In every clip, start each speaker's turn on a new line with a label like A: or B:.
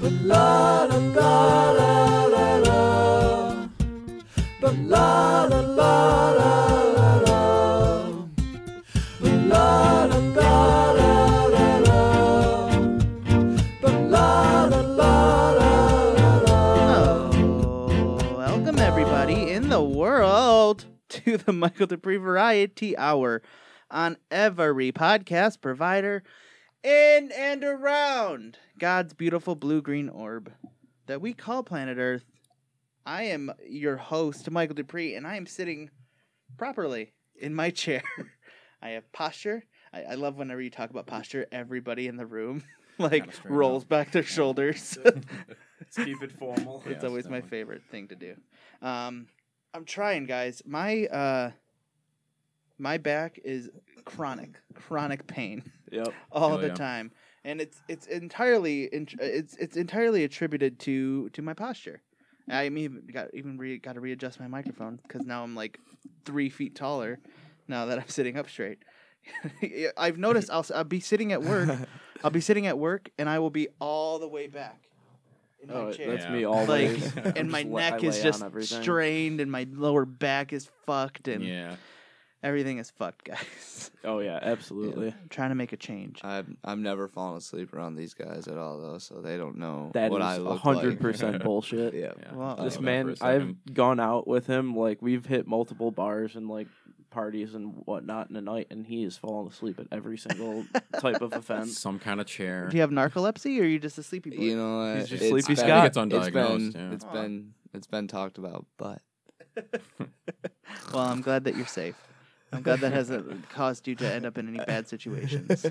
A: la la la la la la. But la la la la la la. But la la la la la la. But la la la la la la.
B: Oh, welcome everybody in the world to the Michael Dupree Variety Hour on every podcast provider in and around God's beautiful blue-green orb that we call planet Earth. I am your host, Michael Dupree, and I am sitting properly in my chair. I have posture. I, I love whenever you talk about posture, everybody in the room like
C: Kinda straighten up.
B: rolls back their shoulders.
D: Let's keep it formal.
C: Yeah.
B: it's always my
C: definitely.
B: favorite thing to do. Um, I'm trying, guys. My uh, my back is chronic, chronic pain
D: Yep.
B: all
C: Oh,
B: the
C: yeah.
B: time, and it's it's entirely in- it's it's entirely attributed to to my posture. I mean, got even re- got to readjust my microphone because now I'm like three feet taller now that I'm sitting up straight. I've noticed I'll, s- I'll be sitting at work. I'll be sitting at work and I will be all the way back in my
E: Oh,
B: chair
E: that's me
C: Yeah.
B: like
E: always. I'm
B: and my
E: just la- I
B: neck is
E: lay on
B: just
E: everything.
B: strained and my lower back is fucked and
C: Yeah.
B: everything is fucked guys
E: Oh yeah, absolutely.
B: i'm trying to make a change
F: I've I've never fallen asleep around these guys at all though, so they don't know
E: That
F: what I
E: is
F: look
E: hundred
F: like.
E: percent bullshit.
F: Yeah.
C: yeah.
B: Wow.
C: Thought
E: This
C: about
E: man,
C: it for a
E: I've
C: second.
E: gone out with him. Like we've hit multiple bars and like parties and whatnot in a night, and he has fallen asleep at every single type of offense.
C: some kind of chair.
B: do you have narcolepsy or are you just a sleepy boy
F: You know, what?
E: He's just
F: It's
E: sleepy
F: been-
E: Scott.
C: I think it's undiagnosed,
F: It's been,
C: yeah.
F: it's been it's been talked about, but
B: well i'm glad that you're safe i'm glad that hasn't caused you to end up in any bad situations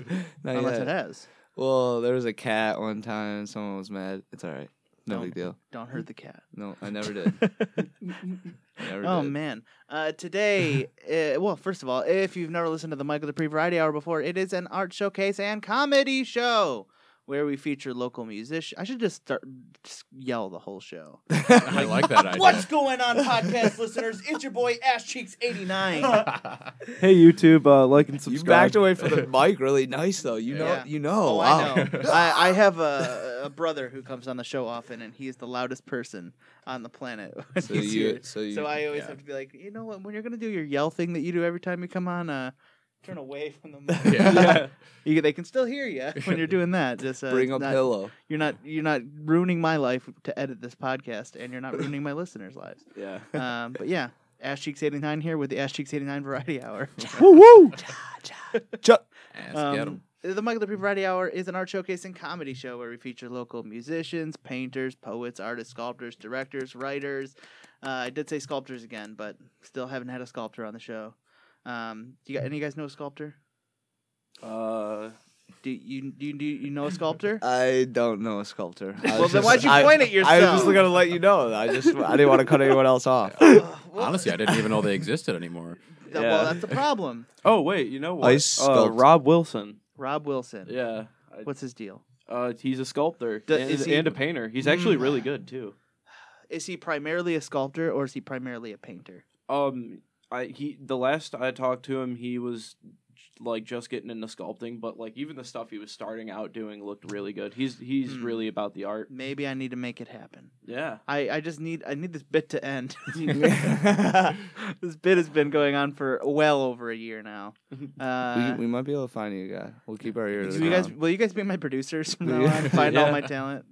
F: Not
B: unless
F: yet.
B: it has
F: Well, there was a cat one time. Someone was mad. It's all right. No
B: No.
F: big deal.
B: don't hurt the cat
F: No, I never did. Never
B: Oh
F: did.
B: man! Uh, today, uh, well, first of all, if you've never listened to the Michael Dupree Variety Hour before, it is an art showcase and comedy show where we feature local musicians. I should just start just yell the whole show.
C: I like that idea.
B: What's going on, podcast listeners? It's your boy Ash Cheeks eighty
F: Oh,
B: nine.
E: hey YouTube, uh, like and
F: You
E: subscribe.
F: backed away from the mic really nice though. You know,
B: Yeah.
F: you know.
B: Oh, I
F: wow.
B: know. I, I have a, a brother who comes on the show often, and he is the loudest person on the planet. When
F: So
B: he's
F: you,
B: here.
F: so you,
B: So I always
C: yeah.
B: have to be like, you know what? When you're gonna do your yell thing that you do every time you come on, uh, turn away from the mic.
C: Yeah.
E: Yeah.
B: You, they can still hear you when you're doing that. Just uh,
F: bring a
B: it's not-
F: pillow.
B: You're not you're not ruining my life to edit this podcast, and you're not ruining my listeners' lives.
E: yeah.
B: Um, but yeah, Ash Cheeks eighty nine here with the Ash Cheeks eighty nine Variety Hour.
E: woo woo.
C: Ass, get 'em.
B: Um, the Michael Dupree Variety Hour is an art showcase and comedy show where we feature local musicians, painters, poets, artists, sculptors, directors, writers. Uh, I did say sculptors again, but still haven't had a sculptor on the show. Um, do you got, any of you guys know a sculptor?
E: Uh,
B: Do you do you, do you know a sculptor?
F: I don't know a sculptor. I
B: Well,
F: was
B: then
F: just-
B: why'd you
F: I-
B: point at
F: I was
B: yourself? Uh,
F: just gonna let you know. I just I didn't want to cut anyone else off.
B: Ugh, well,
C: Honestly, I didn't even know they existed anymore.
B: th- well,
E: Yeah.
B: that's the problem.
E: oh wait, you know what?
F: Ice
E: uh,
F: sculpt.
E: Rob Wilson.
B: Rob Wilson.
E: Yeah. I-
B: What's his deal?
E: Uh, he's a sculptor
B: Do-
E: and,
B: is he-
E: and a painter. He's actually really good too.
B: Is he primarily a sculptor or is he primarily a painter?
E: Um, I he the last I talked to him, he was like just getting into sculpting, but like even the stuff he was starting out doing looked really good. He's he's
B: Hmm.
E: really about the art.
B: Maybe I need to make it happen.
E: Yeah.
B: I, I just need I need this bit to end. this bit has been going on for well over a year now. Uh,
F: we, we might be able to find you a guy. We'll keep our ears.
B: so you guys,
F: down.
B: will you guys be my producers from now on? Find all
E: Yeah.
B: my talent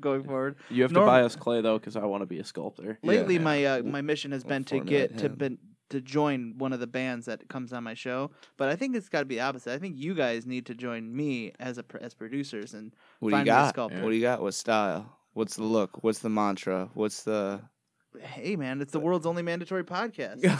B: going forward.
E: You have
B: Norm-
E: to buy us clay though, because I want to be a sculptor.
F: Yeah.
B: Lately, my uh, my mission has
F: We'll
B: been to
F: format
B: get to
F: him.
B: been to join one of the bands that comes on my show, but I think it's got to be the opposite. I think you guys need to join me as a pr- as producers and
F: What do you
B: find me a
F: got?
B: sculptor.
F: What do you got? What style? What's the look? What's the mantra? What's the?
B: hey man, it's the world's only mandatory podcast.
F: yeah,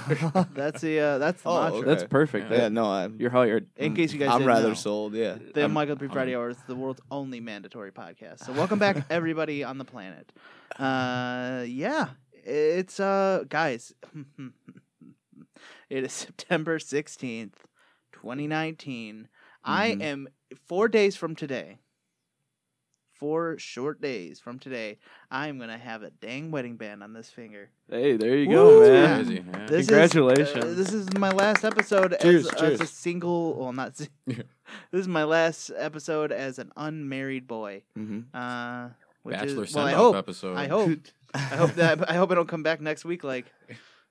B: That's the uh, that's the
F: Oh,
B: mantra.
E: That's
F: Okay.
E: perfect.
C: Yeah.
E: That-
F: no, I'm.
E: You're hired.
B: In case you guys,
F: I'm
B: didn't
F: rather
B: know,
F: sold. Yeah.
B: The
F: I'm-
B: Michael Dupree
C: I'm-
B: Friday Hour is the world's only mandatory podcast. So welcome back, everybody on the planet. Uh, yeah, it's uh, guys, it is September sixteenth, twenty I
F: Mhm.
B: am four days from today. Four short days from today, I am gonna have a dang wedding band on this finger.
E: Hey, there you
B: Woo!
E: go,
B: Yeah.
E: man.
C: Crazy, yeah.
B: This Is, uh,
E: Congratulations.
B: this is my last episode
F: Cheers,
B: as, as
F: cheers.
B: a single. Well, not. si- this is my last episode as an unmarried boy.
F: Mhm.
B: Uh, which
C: Bachelor
B: is well, I
C: send-off
B: hope.
C: episode.
B: I hope. I hope that. I hope I don't come back next week like,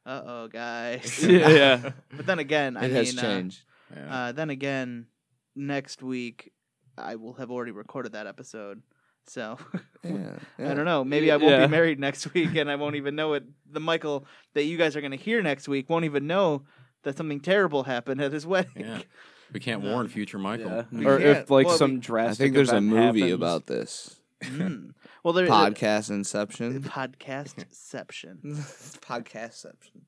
B: uh oh, guys.
F: yeah, yeah.
B: But then again, I
F: it
B: mean,
F: has
B: uh,
F: changed.
C: Yeah.
B: Uh, then again, next week I will have already recorded that episode. So
F: yeah,
B: I
F: yeah.
B: don't know. Maybe I won't
E: Yeah.
B: be married next week, and I won't even know it. The Michael that you guys are going to hear next week won't even know that something terrible happened at his wedding.
C: yeah. We can't warn
B: Um,
C: future Michael.
E: Yeah.
F: We
E: Or
B: can't-
E: if like
B: well,
E: some
B: we-
F: I
E: drastic.
F: think there's a
E: event
F: movie
E: happens.
F: about this
B: Mm. Well, there
F: podcast Inception.
B: podcastception.
F: Podcastception.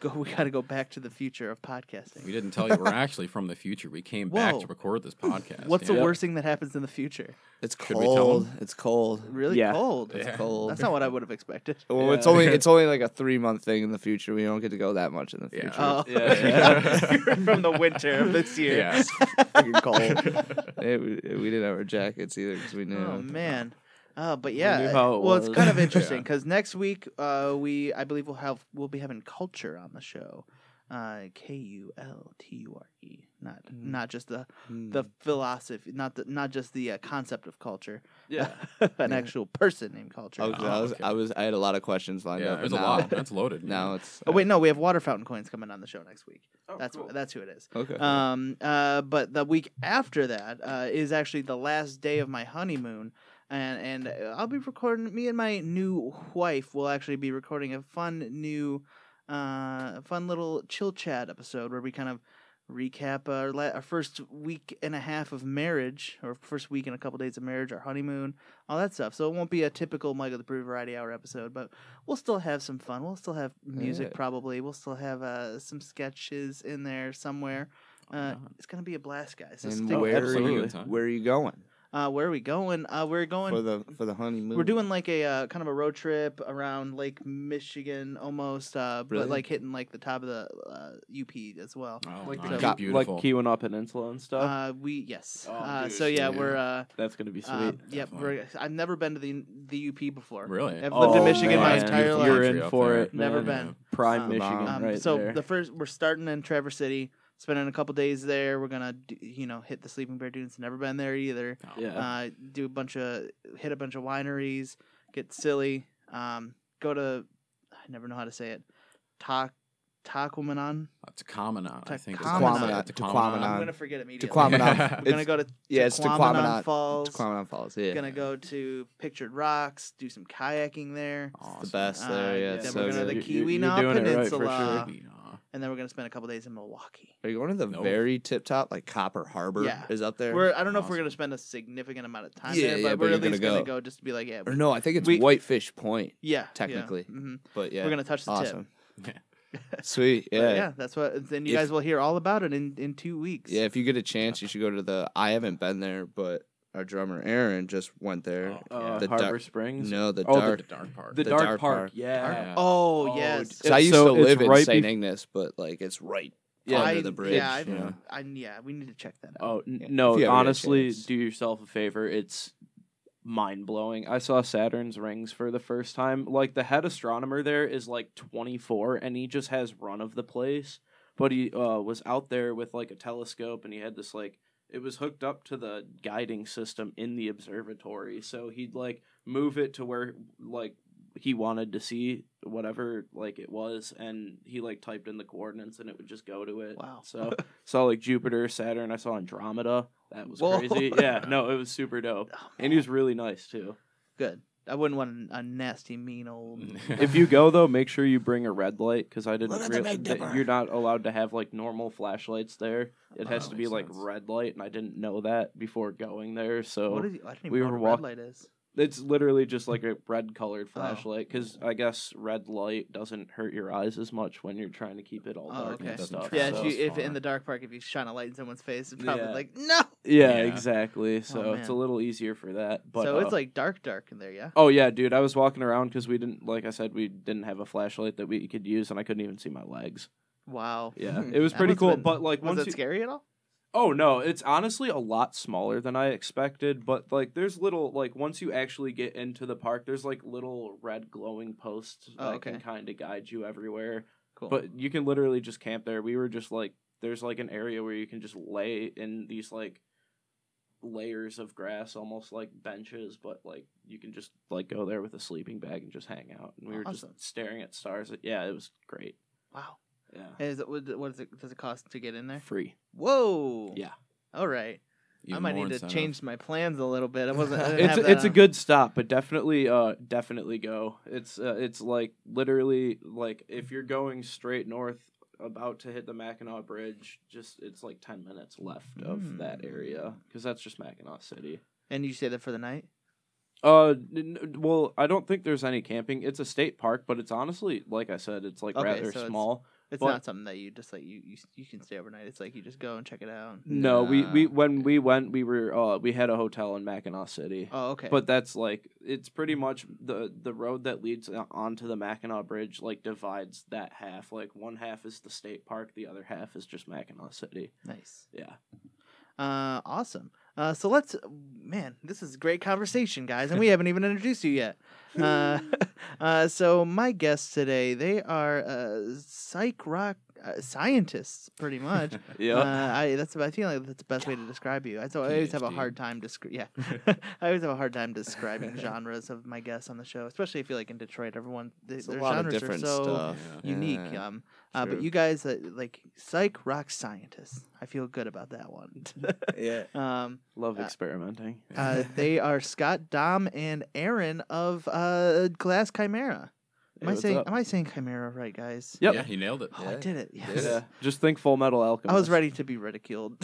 B: Go. We got to go back to the future of podcasting.
C: We didn't tell you we're actually from the future. We came back
B: Whoa.
C: to record this podcast.
B: What's
C: yeah.
B: the worst thing that happens in the future?
F: It's
C: Should we tell 'em?
F: cold. It's cold.
B: Really
E: Yeah.
B: cold.
C: Yeah.
F: Cold.
B: That's not what I would have expected.
F: Well, it's
E: Yeah.
F: only it's only like a three month thing in the future. We don't get to go that much in the
C: Yeah.
F: future.
B: Oh.
E: Yeah.
B: From the winter of this year.
C: Yeah.
F: Freaking cold. It- we, we didn't have our jackets either because we knew.
B: Oh man. Uh, but
E: knew
B: yeah,
E: how it
B: well, it's
E: was.
B: kind of interesting
C: Yeah.
B: because next week uh, we, I believe, we'll have we'll be having culture on the show, uh, K U L T U R E, not
F: Mm.
B: not just the
F: Hmm.
E: Mm.
B: the philosophy, not the not just the uh, concept of culture,
E: Yeah.
B: an
F: Yeah.
B: actual person named culture.
F: Oh,
B: Oh,
F: 'cause I was
C: okay.
F: I was I had a lot of questions lined
C: Yeah,
F: up.
C: there's a
F: and
C: lot.
F: now-
C: That's loaded.
F: Now it's
B: Oh, wait, no, we have water fountain coins coming on the show next week.
E: Oh,
B: that's
E: cool.
B: that's who it is.
F: okay.
B: Um, uh, but the week after that uh, is actually the last day of my honeymoon, and and I'll be recording. Me and my new wife will actually be recording a fun new, uh, fun little chill chat episode where we kind of recap our, la- our first week and a half of marriage, or first week and a couple days of marriage, our honeymoon, all that stuff. So it won't be a typical Michael the Brew Variety Hour episode, but we'll still have some fun. We'll still have music,
F: Yeah.
B: probably. We'll still have uh, some sketches in there somewhere. Uh, it's gonna be a blast, guys. So
F: and
B: stick-
F: where are
C: absolutely.
F: you?
C: Good time.
F: Where are you going
B: uh, where are we going? Uh, we're going.
F: for the for the honeymoon?
B: We're doing like a uh, kind of a road trip around Lake Michigan, almost, uh,
F: Really?
B: but like hitting like the top of the uh, UP as well.
C: Oh,
E: Like
C: nice.
B: the-
E: Got,
C: beautiful.
E: like Keweenaw Peninsula and stuff.
B: Uh, we yes.
E: Oh,
B: uh,
E: dude,
B: so yeah,
C: yeah.
B: we're. Uh,
E: That's gonna be sweet.
B: uh, yep.
C: Definitely.
B: We're, I've never been to the the UP before.
C: really.
B: I've lived in
E: Oh,
B: Michigan my
E: man.
B: entire life.
E: You're in for it.
B: Never
E: man.
B: been.
E: Prime
B: Um,
E: Michigan,
B: Um,
E: right
B: so
E: there.
B: the first we're starting in Traverse City, spending a couple days there. We're gonna do, you know hit the Sleeping Bear Dunes. Never been there either.
C: Oh,
E: yeah.
B: Uh, do a bunch of hit a bunch of wineries, get silly. Um, go to I never know how to say it. Tak Taquamanon.
C: It's Taquamenon, Uh, I think.
B: Taquamenon. I'm
F: Taquamenon.
B: gonna forget immediately.
F: Taquamenon.
B: We're gonna
F: It's-
B: go to
F: yeah, it's
B: Taquamenon
F: Taquamenon.
B: Falls.
F: Taquamenon Falls. Yeah,
B: Gonna go to Pictured Rocks, do some kayaking there,
F: It's the best
B: Uh,
F: there. Yeah,
B: yeah,
F: it's
B: then
F: so
B: we're gonna
F: good.
B: the
E: You- you- you're
B: Keweenaw
E: doing it right for
B: Peninsula.
E: sure.
B: and then we're gonna spend a couple days in Milwaukee.
F: Are you going to the
C: No.
F: very tip top, like Copper Harbor?
B: Yeah.
F: Is up there?
B: We're I don't know if we're
C: Awesome.
B: gonna spend a significant amount of time
F: Yeah,
B: there, but
F: yeah, but
B: we're
F: you're
B: at least
F: gonna
B: gonna go.
F: go.
B: just to be like, yeah,
F: or no, I think it's
B: we-
F: Whitefish Point.
B: yeah,
F: Technically.
B: hmm
F: But yeah,
B: we're gonna touch the tip.
F: awesome.
C: Yeah.
F: Sweet.
B: But
F: Yeah.
B: yeah,
F: yeah.
B: that's what. Then you
F: If-
B: guys will hear all about it in in two weeks.
F: If you get a chance, you should go to the. I haven't been there, but our drummer Aaron just went there.
C: Oh,
E: uh,
F: the
E: Harbor
F: dark-
E: Springs.
F: No, the
E: Oh,
F: dark.
C: The dark part.
E: The,
F: the
E: dark,
F: dark
E: park.
F: park.
E: Yeah.
B: Oh,
E: Oh,
B: yes.
E: d-
F: So I used
E: so
F: to
E: it's
F: live in
E: right
F: St.
E: bef-
F: Ignace, but like it's right
E: Yeah.
F: under
B: I-
F: the bridge.
B: Yeah,
F: you know?
B: I, I, yeah, we need to check that out.
E: Oh n-
F: Yeah, if you ever
E: no!
F: get a
E: Honestly,
F: chance.
E: do yourself a favor. It's mind blowing. I saw Saturn's rings for the first time. Like the head astronomer there is like 24, and he just has run of the place. But he uh, was out there with like a telescope, and he had this like it was hooked up to the guiding system in the observatory. So he'd like move it to where like he wanted to see whatever like it was, and he like typed in the coordinates, and it would just go to it.
B: Wow.
E: So saw like Jupiter, Saturn. I saw Andromeda. That was
B: Whoa.
E: crazy. Yeah, no, it was super dope,
B: Oh,
E: and he was really nice too.
B: good. I wouldn't want a nasty, mean old.
E: If you go though, make sure you bring a red light because I
F: Look
E: didn't.
F: at
E: Real-
F: the Big
E: that
F: Dipper.
E: you're not allowed to have like normal flashlights there.
C: Oh,
E: It has
C: that
E: to be
C: makes
E: like
C: sense.
E: red light, and I didn't know that before going there. So
B: What is? I didn't even
E: we
B: know
E: were
B: what a
E: walk-
B: red light is.
E: it's literally just like a red colored flashlight because I guess red light doesn't hurt your eyes as much when you're trying to keep it all
B: Oh,
E: dark
B: okay.
E: and stuff.
C: Doesn't
B: Yeah,
C: travel
E: so-
B: if, you, if
C: far.
B: in the dark park, if you shine a light in someone's face, it's probably
E: Yeah.
B: like no.
C: Yeah.
E: yeah, exactly. So it's a
B: man.
E: little easier for that. But
B: so
E: uh,
B: it's like dark, dark in there. Yeah.
E: Oh yeah, dude. I was walking around because we didn't, like I said, we didn't have a flashlight that we could use, and I couldn't even see my legs.
B: Wow.
E: Yeah, it was
B: That
E: pretty
B: must've
E: cool.
B: been-
E: But like
B: Was
E: once,
B: it
E: you,
B: scary at all?
E: oh no, it's honestly a lot smaller than I expected. But like, there's little like once you actually get into the park, there's like little red glowing posts
B: Oh,
E: that
B: okay.
E: can kind of guide you everywhere.
B: Cool.
E: But you can literally just camp there. We were just like, there's like an area where you can just lay in these like layers of grass, almost like benches, but like you can just like go there with a sleeping bag and just hang out. And we were
B: Awesome.
E: just staring at stars. Yeah, it was great.
B: Wow.
E: Yeah,
B: Is it, what, what is it, does it cost to get in there?
E: free.
B: Whoa.
E: Yeah,
B: All right. I
C: Even
B: might
C: more
B: need to
C: incentive.
B: change my plans a little bit. I wasn't. I didn't
E: it's
B: have that
E: it's a
B: on.
E: good stop, but definitely uh definitely go. It's uh, it's like literally like if you're going straight north. About to hit the Mackinac Bridge, just it's like ten minutes left of that
B: Hmm.
E: area because that's just Mackinac City.
B: And you stay there for the night.
E: Uh, n- n- well, I don't think there's any camping. It's a state park, but it's honestly, like I said, it's like
B: Okay, so
E: rather
B: it's-
E: small.
B: It's
E: Well-
B: not something that you just like. You, you you can stay overnight. It's like you just go and check it out.
E: No, we, we
C: Nah.
E: when we went, we were uh we had a hotel in Mackinac City,
B: Oh, okay.
E: but that's like it's pretty much the the road that leads o- onto the Mackinac Bridge like divides that half. Like one half is the state park, the other half is just Mackinac City.
B: nice.
E: Yeah,
B: Uh, awesome. Uh, so let's, man, this is great conversation, guys, and we haven't even introduced you yet. Uh, uh, so my guests today, they are uh, psych rock uh, scientists, pretty much.
E: yeah.
B: Uh, I that's I feel like that's the best way to describe you. I, so I always have a
C: PhD.
B: hard time descri- yeah. I always have a hard time describing genres of my guests on the show, especially if you like in Detroit, everyone they,
F: It's
B: their genres are so
C: Yeah.
B: unique.
F: Yeah.
B: Um, uh, but
F: true.
B: you guys uh, like psych rock scientists. I feel good about that one.
F: yeah.
B: um,
E: Love
B: uh,
E: experimenting.
B: uh, they are Scott, Dom, and Aaron of uh, Glass Chimera. Am I
E: Hey, what's
B: saying
E: up?
B: am I saying Chimera right, guys?
E: Yep.
C: Yeah, he nailed it.
B: Oh, I
F: Yeah,
B: did it. Yes.
E: Yeah. Just think Full Metal Alchemist.
B: I was ready to be ridiculed.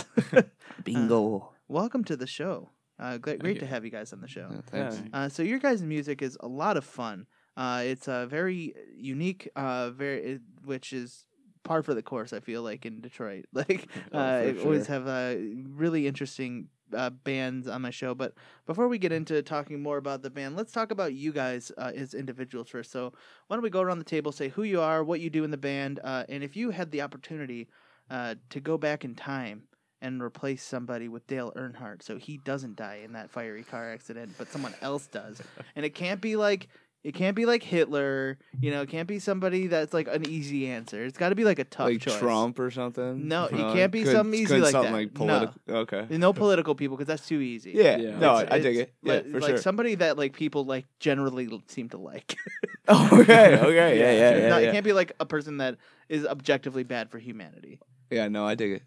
B: Welcome to the show. Uh, great, great
C: you.
B: to have you guys on the show.
F: Yeah, thanks.
E: Yeah.
B: Uh, so your guys' music is a lot of fun. Uh, it's uh, very unique, uh, very it- which is par for the course. I feel like in Detroit, like uh,
E: Oh, for
B: I always
E: sure.
B: have uh, really interesting uh, bands on my show. But before we get
E: Mm-hmm.
B: into talking more about the band, let's talk about you guys uh, as individuals first. So why don't we go around the table, say who you are, what you do in the band, uh, and if you had the opportunity uh, to go back in time and replace somebody with Dale Earnhardt so he doesn't die in that fiery car accident, but someone else does. And it can't be like it can't be like Hitler, you know, it can't be somebody that's like an easy answer. It's got to be like a tough
F: like
B: choice.
F: Trump or something.
B: No, it
F: Uh,
B: can't be
F: couldn't-
B: something easy
F: couldn't
B: like
F: something
B: that.
F: like
B: No.
F: political. Okay.
B: No political people because that's too easy.
F: Yeah.
E: Yeah.
F: No,
B: It's-
F: I dig
B: it's
F: it. Yeah,
B: li-
F: for
B: like
F: sure.
B: somebody that like people like generally seem to like.
F: okay. Okay. Yeah. Yeah. Yeah.
B: no,
F: yeah.
B: it can't be like a person that is objectively bad for humanity.
F: Yeah, No, I dig it.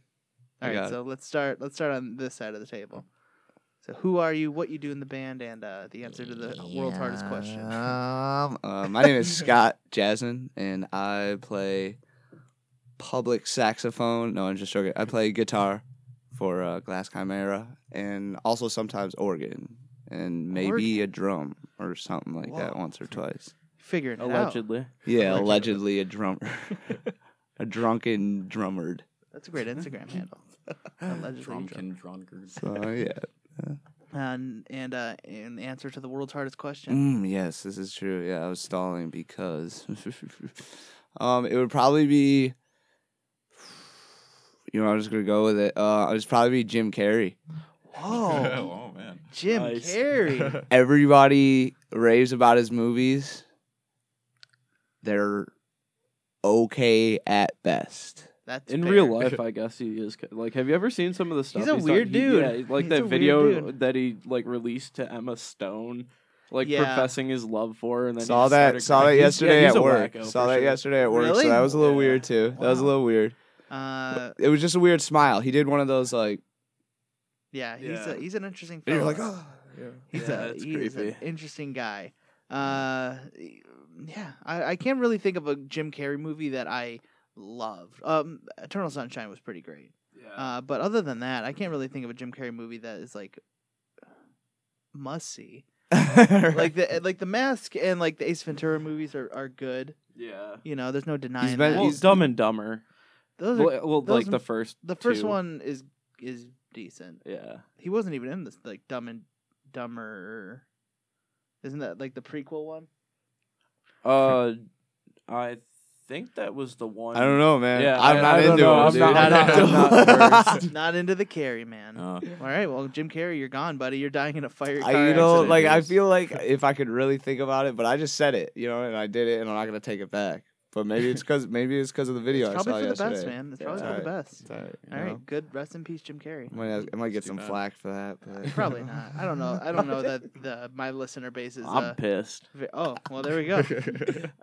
B: All
F: I
B: right,
F: got
B: so let's start. Let's start on this side of the table. So, who are you? What you do in the band? And uh, the answer to the world's hardest question.
F: Um, uh, my name is Scott Jasmine, and I play public saxophone. No, I'm just joking. I play guitar for uh, Glass Chimera, and also sometimes organ, and maybe a drum or something like that
B: Whoa.
F: once or twice.
B: Figuring it out.
E: Allegedly.
F: Yeah,
B: Allegedly.
F: allegedly a drummer, a drunken drummered.
B: That's a great Instagram handle. Allegedly drunk.
C: Drunken drunkards.
F: So yeah.
B: And and uh, and the answer to the world's hardest question.
F: Mm, yes, this is true. Yeah, I was stalling because um, it would probably be. You know, I'm just gonna go with it. Uh, it was probably be Jim Carrey.
B: Whoa,
C: oh man.
B: Jim
E: Nice.
C: Uh,
B: Carrey.
F: Everybody raves about his movies. They're okay at best.
B: That's
E: In
B: fair.
E: real life, I guess he is. ki- Like, have you ever seen some of the stuff?
B: a
E: done?
B: weird
E: He-
B: dude.
E: yeah, like
B: He's a
E: that
B: weird
E: video
B: dude.
E: that he like released to Emma Stone, like
B: Yeah.
E: professing his love for her. And then he
F: saw
E: just
F: that.
E: started
F: Saw
E: crying.
F: that
E: He's- yeah,
F: yesterday
E: he's
F: at
E: a
F: work.
E: wacko, for
F: Saw that
E: sure.
F: yesterday at work.
B: Really?
F: So that was a little
E: Yeah.
F: weird too. That was a
B: Wow.
F: little weird.
B: Uh,
F: It was just a weird smile. He did one of those like.
B: yeah, he's
E: Yeah.
B: A, he's an interesting.
F: and
B: Fellow.
F: you're like, oh.
B: He's
E: "Ah." Yeah,
B: a
E: that's
B: he's an
E: creepy.
B: interesting guy. Uh, yeah, I, I can't really think of a Jim Carrey movie that I loved. Um, Eternal Sunshine was pretty great. Uh, but other than that, I can't really think of a Jim Carrey movie that is like must see.
E: "Ah."
B: Like the eh, like the Mask and like the Ace Ventura movies are, are good.
E: yeah.
B: You know, there's no denying
F: been-
B: that.
E: Well,
F: he's-
E: Dumb and Dumber.
B: Those are,
E: Well, well,
B: those
E: like the
B: m-
E: first.
B: the first
E: two.
B: one is is decent.
E: Yeah.
B: He wasn't even in this like Dumb and Dumber. Isn't that like the prequel one?
E: Uh, I think that was the one.
F: I don't know, man.
E: Yeah,
F: I'm
E: I-
F: not
E: I don't
F: into
E: know.
F: it.
E: I'm
F: dude.
E: not-
B: I'm not- I'm
E: not
B: Not into the Carrey man.
C: Uh,
B: All right, well, Jim Carrey, you're gone, buddy. You're dying in a fire.
F: I,
B: car
F: you know,
B: accident.
F: like I
C: dudes.
F: feel like if I could really think about it, but I just said it, you know, and I did it, and I'm not gonna take it back. But maybe it's because maybe it's because of the video
B: it's
F: I saw
B: probably for the
F: yesterday.
B: best, man. It's probably
F: Yeah.
B: for the best.
F: It's all right.
B: All right, good. Rest in peace, Jim Carrey.
F: I might, I might get
C: It's too
F: some
C: bad.
F: flack for that, but
B: Probably not. I don't know. I don't know that the my listener base is.
E: I'm
B: Uh,
E: pissed.
B: vi- oh well, there we go.